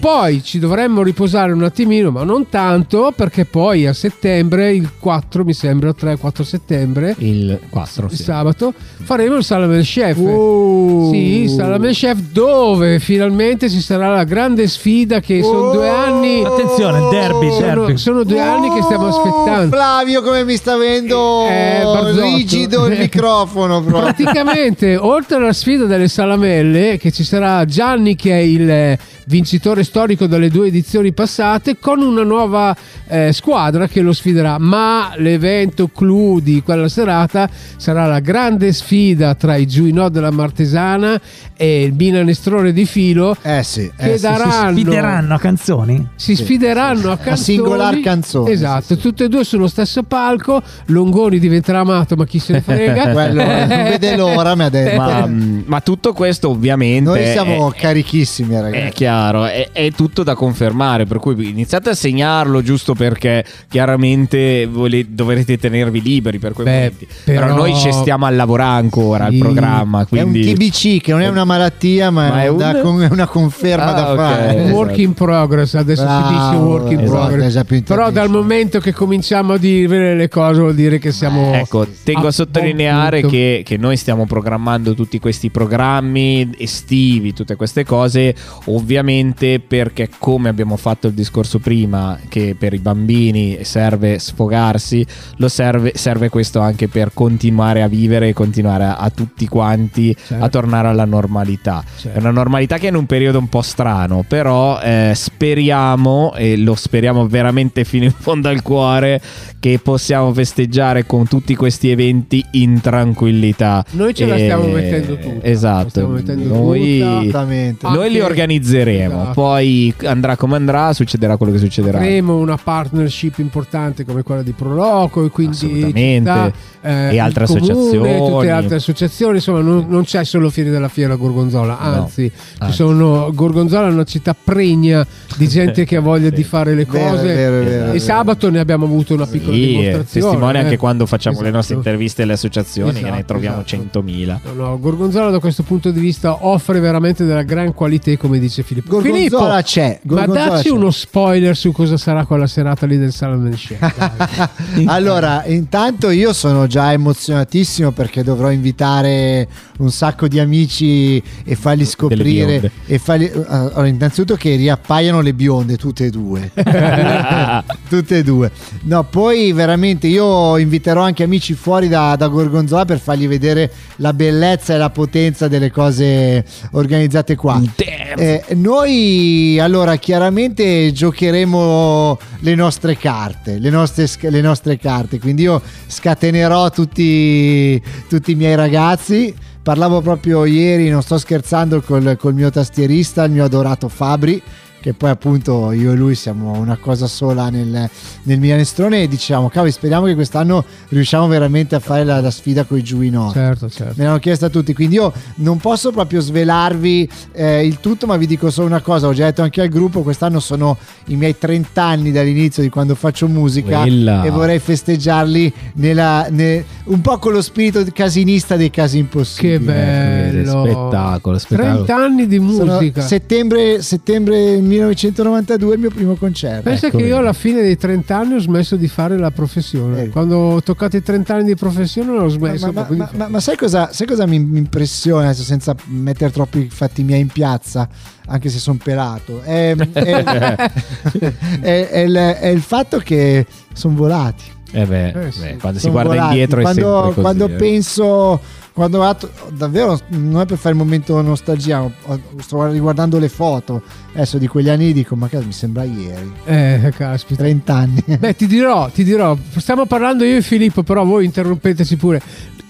[SPEAKER 10] Poi ci dovremmo riposare un attimino, ma non tanto, perché poi a settembre, il 4 mi sembra, 3-4 settembre,
[SPEAKER 5] Il 4
[SPEAKER 10] il sabato, faremo il Salame Chef. Sì, il Salame Chef dove finalmente ci sarà la grande sfida che sono
[SPEAKER 7] Oh!
[SPEAKER 10] due anni...
[SPEAKER 3] Attenzione, derby, derby.
[SPEAKER 10] Sono, sono due anni che stiamo
[SPEAKER 7] Oh,
[SPEAKER 10] aspettando.
[SPEAKER 7] Flavio, come mi sta avendo
[SPEAKER 10] Eh, Barzotto.
[SPEAKER 7] rigido il microfono. proprio.
[SPEAKER 10] Praticamente, oltre alla sfida delle salamelle, che ci sarà Gianni, che è il eh, vincitore storico delle due edizioni passate, con una nuova eh, squadra che lo sfiderà. Ma l'evento clou di quella serata sarà la grande sfida tra i Giuinò della Martesana e il Binanestrone di Filo.
[SPEAKER 7] Eh sì,
[SPEAKER 10] che daranno.
[SPEAKER 3] Si sfideranno a canzoni?
[SPEAKER 10] Si sfideranno a canzoni.
[SPEAKER 3] singolar canzone,
[SPEAKER 10] Esatto, tutte e due sullo stesso palco. Longoni diventerà amato, ma chi se ne frega.
[SPEAKER 7] [laughs] Quello, eh, non vede l'ora, mi ha detto.
[SPEAKER 5] Ma, mh, ma tutto questo ovviamente
[SPEAKER 7] Noi siamo
[SPEAKER 5] è,
[SPEAKER 7] carichissimi,
[SPEAKER 5] è
[SPEAKER 7] ragazzi.
[SPEAKER 5] chiaro, è, è tutto da confermare, per cui iniziate a segnarlo giusto perché chiaramente vole- dovrete tenervi liberi per quei
[SPEAKER 10] Beh,
[SPEAKER 5] momenti. Però,
[SPEAKER 10] però-
[SPEAKER 5] noi ci stiamo a lavorare ancora al
[SPEAKER 7] Sì.
[SPEAKER 5] programma, quindi Eh,
[SPEAKER 7] È un TBC che non è una malattia, ma,
[SPEAKER 5] Ma
[SPEAKER 7] è,
[SPEAKER 5] è un-
[SPEAKER 7] da- con- è una conferma
[SPEAKER 5] Ah,
[SPEAKER 7] da
[SPEAKER 5] ok.
[SPEAKER 7] fare.
[SPEAKER 5] Esatto.
[SPEAKER 10] Work in progress, adesso si
[SPEAKER 7] Bravo,
[SPEAKER 10] dice work in
[SPEAKER 7] esatto, è
[SPEAKER 10] progress.
[SPEAKER 7] già più
[SPEAKER 10] Però dal momento che cominciamo a dire le cose vuol dire che siamo...
[SPEAKER 5] Ecco, tengo a sottolineare che, che noi stiamo programmando tutti questi programmi estivi, tutte queste cose, ovviamente perché come abbiamo fatto il discorso prima, che per i bambini serve sfogarsi, lo serve, serve questo anche per continuare a
[SPEAKER 7] Eh,
[SPEAKER 5] vivere e continuare a, a tutti quanti a tornare alla normalità. È una normalità che non periodo un po' strano, però eh, speriamo, e lo speriamo veramente fino in fondo al cuore, che possiamo festeggiare con tutti questi eventi in tranquillità.
[SPEAKER 10] Noi ce la
[SPEAKER 7] certo.
[SPEAKER 10] stiamo
[SPEAKER 7] Eh,
[SPEAKER 10] mettendo tutta,
[SPEAKER 5] Esatto, noi,
[SPEAKER 10] Esattamente.
[SPEAKER 5] noi li
[SPEAKER 10] Anche-
[SPEAKER 5] organizzeremo,
[SPEAKER 10] Esatto.
[SPEAKER 5] poi andrà come andrà, succederà quello che succederà.
[SPEAKER 10] Avremo una partnership importante come quella di Proloco e quindi
[SPEAKER 5] Assolutamente.
[SPEAKER 10] città,
[SPEAKER 5] E altre
[SPEAKER 10] Eh, il comune,
[SPEAKER 5] associazioni.
[SPEAKER 10] tutte le altre associazioni, insomma non, non c'è solo Fiere della Fiera Gorgonzola, anzi,
[SPEAKER 5] anzi.
[SPEAKER 10] Ci sono, Gorgonzola è una città pregna di gente che ha voglia di fare le
[SPEAKER 5] Vero,
[SPEAKER 10] cose
[SPEAKER 5] vero, vero,
[SPEAKER 10] e
[SPEAKER 5] vero.
[SPEAKER 10] sabato ne abbiamo avuto una piccola
[SPEAKER 5] Sì, eh,
[SPEAKER 10] dimostrazione.
[SPEAKER 5] testimone
[SPEAKER 10] eh.
[SPEAKER 5] anche quando facciamo le
[SPEAKER 10] Esatto.
[SPEAKER 5] nostre interviste alle associazioni, che ne
[SPEAKER 10] Esatto,
[SPEAKER 5] troviamo 100.000.
[SPEAKER 10] No, no, Gorgonzola da questo punto di vista offre veramente della gran qualità come dice Filippo.
[SPEAKER 7] Gorgonzola
[SPEAKER 10] Filippo,
[SPEAKER 7] c'è,
[SPEAKER 10] ma
[SPEAKER 7] Gorgonzola
[SPEAKER 10] dacci
[SPEAKER 7] c'è.
[SPEAKER 10] uno spoiler su cosa sarà quella serata lì del Salone del Chef.
[SPEAKER 7] allora, intanto io sono già emozionatissimo perché dovrò invitare un sacco di amici e fargli scoprire.
[SPEAKER 5] bionde.
[SPEAKER 7] E fargli, allora, innanzitutto che riappaiano le bionde, tutte e due. [laughs] tutte e due. No, poi veramente io inviterò anche amici fuori da, da Gorgonzola per fargli vedere la bellezza e la potenza delle cose organizzate qua. Eh, noi allora chiaramente giocheremo le nostre carte, le nostre, sc- le nostre carte, quindi io scatenerò tutti, tutti i miei ragazzi. Parlavo proprio ieri, non sto scherzando, col, col mio tastierista, il mio adorato Fabri, che poi appunto io e lui siamo una cosa sola nel, nel milanestrone e diciamo, cavoli, speriamo che quest'anno riusciamo veramente a fare la, la sfida con i Giuino.
[SPEAKER 10] certo, certo.
[SPEAKER 7] Me l'hanno chiesto a tutti, quindi io non posso proprio svelarvi eh, il tutto, ma vi dico solo una cosa, ho già detto anche al gruppo, quest'anno sono i miei 30 anni dall'inizio di quando faccio musica
[SPEAKER 5] Quella.
[SPEAKER 7] e vorrei festeggiarli nella- ne- un po' con lo spirito casinista dei casi impossibili.
[SPEAKER 10] Che bello.
[SPEAKER 5] eh, Spettacolo, spettacolo.
[SPEAKER 10] 30 anni di
[SPEAKER 7] Sono
[SPEAKER 10] musica.
[SPEAKER 7] settembre, settembre 1992 il mio primo concerto.
[SPEAKER 5] Eh,
[SPEAKER 10] Pensa
[SPEAKER 5] Ecco,
[SPEAKER 10] che io alla fine dei 30 anni ho smesso di fare la professione. Quando ho toccato i 30 anni di professione l'ho smesso.
[SPEAKER 7] Eh. Ma, ma- ma- ma- ma sai cosa, sai cosa mi, mi impressiona adesso senza mettere troppi fatti miei in piazza, anche se sono pelato? È,
[SPEAKER 5] [laughs]
[SPEAKER 7] è- è- è il, è il fatto che sono volati.
[SPEAKER 5] Eh beh,
[SPEAKER 7] Eh sì.
[SPEAKER 5] beh, quando si
[SPEAKER 7] Sono
[SPEAKER 5] guarda
[SPEAKER 7] volati.
[SPEAKER 5] indietro è
[SPEAKER 7] quando,
[SPEAKER 5] sempre così.
[SPEAKER 7] quando
[SPEAKER 5] eh.
[SPEAKER 7] penso quando vado- davvero non è per fare il momento nostalgia ho- ho- sto riguardando le foto adesso di quegli anni dico ma cazzo mi sembra ieri
[SPEAKER 10] Eh, caspita.
[SPEAKER 7] 30 anni.
[SPEAKER 10] Beh, ti dirò, ti dirò, stiamo parlando io e Filippo, però voi interrompeteci pure.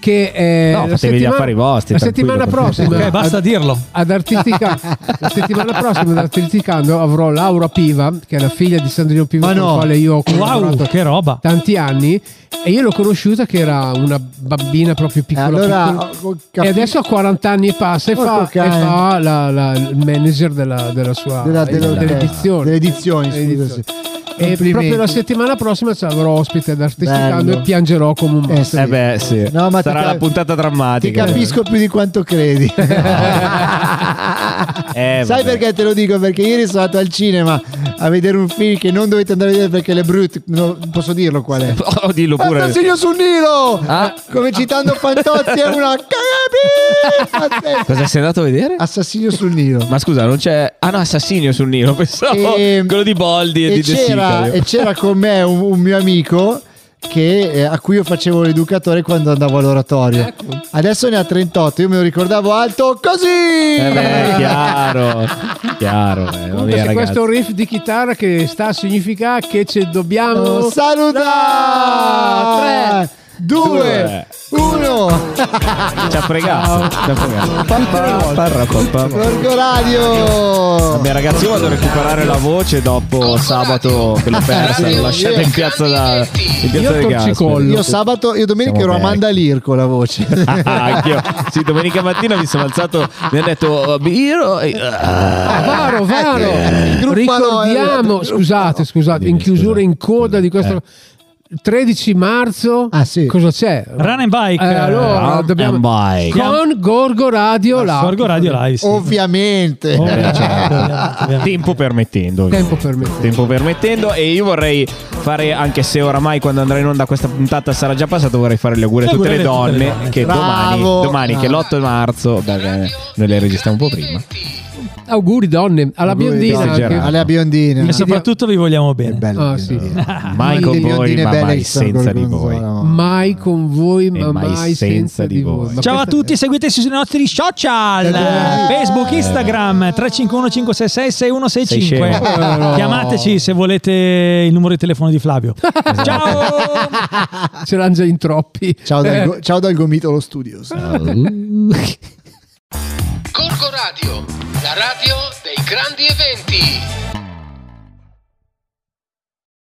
[SPEAKER 10] Che eh,
[SPEAKER 5] No,
[SPEAKER 10] la
[SPEAKER 5] fatevi gli
[SPEAKER 10] settimana-
[SPEAKER 5] affari vostri,
[SPEAKER 10] La
[SPEAKER 5] tranquillo,
[SPEAKER 10] settimana
[SPEAKER 5] perfetto. [laughs]
[SPEAKER 10] prossima,
[SPEAKER 3] Ok, basta dirlo.
[SPEAKER 10] Ad
[SPEAKER 7] [laughs]
[SPEAKER 10] Artistica, la settimana prossima ad Artisticando avrò Laura Piva, che è la figlia di Sandrino Piva,
[SPEAKER 3] Ma
[SPEAKER 10] con
[SPEAKER 3] no.
[SPEAKER 10] la quale io ho collaborato
[SPEAKER 3] Wow, che roba.
[SPEAKER 10] tanti anni. E io l'ho conosciuta che era una bambina proprio piccola.
[SPEAKER 7] Eh, allora,
[SPEAKER 10] piccola.
[SPEAKER 7] ho- ho
[SPEAKER 10] e
[SPEAKER 7] capito-
[SPEAKER 10] adesso ha 40 anni e passa e fa,
[SPEAKER 7] Porco
[SPEAKER 10] e
[SPEAKER 7] cane.
[SPEAKER 10] fa la- la- il manager della, della sua
[SPEAKER 7] Della- della-
[SPEAKER 10] dell'edizione.
[SPEAKER 7] delle edizioni,
[SPEAKER 10] Delle
[SPEAKER 7] scusa, sì.
[SPEAKER 10] e proprio la
[SPEAKER 7] Complimenti.
[SPEAKER 10] settimana prossima ci avrò ospite ad Artisticando
[SPEAKER 7] Bello.
[SPEAKER 10] e piangerò come un
[SPEAKER 7] Eh sì.
[SPEAKER 5] Eh beh, sì.
[SPEAKER 7] No, ma ti
[SPEAKER 5] Sarà
[SPEAKER 7] cap-
[SPEAKER 5] la puntata
[SPEAKER 7] ti
[SPEAKER 5] drammatica.
[SPEAKER 7] capisco più di quanto
[SPEAKER 5] [laughs]
[SPEAKER 7] credi
[SPEAKER 5] Eh,
[SPEAKER 7] Sai
[SPEAKER 5] vabbè.
[SPEAKER 7] perché te lo dico? Perché ieri sono andato al cinema a vedere un film che non dovete andare a vedere perché le brute. no, posso dirlo qual è?
[SPEAKER 5] Oh, dillo
[SPEAKER 7] Il
[SPEAKER 5] pure.
[SPEAKER 7] consiglio sul Nilo!
[SPEAKER 5] Ah?
[SPEAKER 7] Come citando Fantozzi è una cagapi!
[SPEAKER 5] Cosa sei andato a vedere?
[SPEAKER 7] Assassino sul Nilo.
[SPEAKER 5] Ma scusa, non c'è. Ah no, Assassino sul Nilo. [laughs] Pensavo
[SPEAKER 7] Ehm,
[SPEAKER 5] quello di Boldi e,
[SPEAKER 7] e
[SPEAKER 5] di De
[SPEAKER 7] c'era,
[SPEAKER 5] Sicario.
[SPEAKER 7] e c'era con me un, un mio amico che, eh, a cui io facevo l'educatore quando andavo all'oratorio.
[SPEAKER 5] Ecco.
[SPEAKER 7] Adesso ne ha 38, io me lo ricordavo alto così!
[SPEAKER 5] Eh beh, chiaro. chiaro. Eh. Mamma
[SPEAKER 10] Comunque,
[SPEAKER 5] mia,
[SPEAKER 10] se
[SPEAKER 5] ragazzi.
[SPEAKER 10] questo è un riff di chitarra che sta a significare che ci dobbiamo
[SPEAKER 7] Oh, saluta! 3, 2, 1
[SPEAKER 5] Ci ha fregato. Ci ha fregato. Parra, pa, pa.
[SPEAKER 7] Gorgo Radio!
[SPEAKER 5] Vabbè, ragazzi, io vado a recuperare la voce dopo sabato che l'ho persa. l'ho Lasciata in piazza da. In piazza del Gasperi.
[SPEAKER 7] Io sabato, io domenica
[SPEAKER 5] Siamo
[SPEAKER 7] ero Amanda Lir con la voce.
[SPEAKER 5] Ah, [laughs] anch'io. Sì, domenica mattina mi sono alzato, mi hanno detto "Oh, Biro. e- ah.
[SPEAKER 7] Eh,
[SPEAKER 10] Varo, varo.
[SPEAKER 7] Gruppalo,
[SPEAKER 10] Ricordiamo,
[SPEAKER 7] eh,
[SPEAKER 10] scusate, scusate, in chiusura in coda di questo
[SPEAKER 7] Eh.
[SPEAKER 10] 13 marzo.
[SPEAKER 7] Ah,
[SPEAKER 10] Cosa c'è?
[SPEAKER 3] Run and bike.
[SPEAKER 10] Eh, allora,
[SPEAKER 3] Run
[SPEAKER 10] dobbiamo-
[SPEAKER 3] and bike. Ah,
[SPEAKER 10] Con Gorgo Radio Live.
[SPEAKER 3] Gorgo Radio Live, sì.
[SPEAKER 7] Ovviamente.
[SPEAKER 5] Eh,
[SPEAKER 7] [laughs]
[SPEAKER 5] certo. Tempo permettendo.
[SPEAKER 10] Tempo permettendo.
[SPEAKER 5] Tempo permettendo. E io vorrei fare, anche se oramai quando andrà in onda questa puntata sarà già passata, vorrei fare gli auguri a tutte le
[SPEAKER 3] Auguri a tutte le
[SPEAKER 5] donne
[SPEAKER 3] donne.
[SPEAKER 5] che domani,
[SPEAKER 3] Bravo.
[SPEAKER 5] domani che
[SPEAKER 3] Bravo.
[SPEAKER 5] l'8 marzo, beh, noi le registriamo un po' prima,
[SPEAKER 10] Auguri donne, alla
[SPEAKER 7] Auguri,
[SPEAKER 10] biondina.
[SPEAKER 7] donne.
[SPEAKER 10] che-
[SPEAKER 7] Alle biondine.
[SPEAKER 3] E soprattutto vi vogliamo bene.
[SPEAKER 10] Ah, sì.
[SPEAKER 5] Mai con voi, ma mai senza di voi.
[SPEAKER 10] Mai con voi, ma
[SPEAKER 5] mai
[SPEAKER 10] mai, senza, di voi. Ma
[SPEAKER 3] Ciao a
[SPEAKER 10] questa-
[SPEAKER 3] tutti, seguiteci sui nostri social Facebook, Instagram 351 566
[SPEAKER 5] Sei
[SPEAKER 3] 6165
[SPEAKER 5] scemo. No.
[SPEAKER 3] Chiamateci se volete il numero di telefono di Flavio
[SPEAKER 10] Ce l'hanno già in troppi
[SPEAKER 7] Ciao dal,
[SPEAKER 3] Eh.
[SPEAKER 7] go- ciao dal Gomitolo Studios.
[SPEAKER 1] Corco Radio, la radio dei grandi eventi.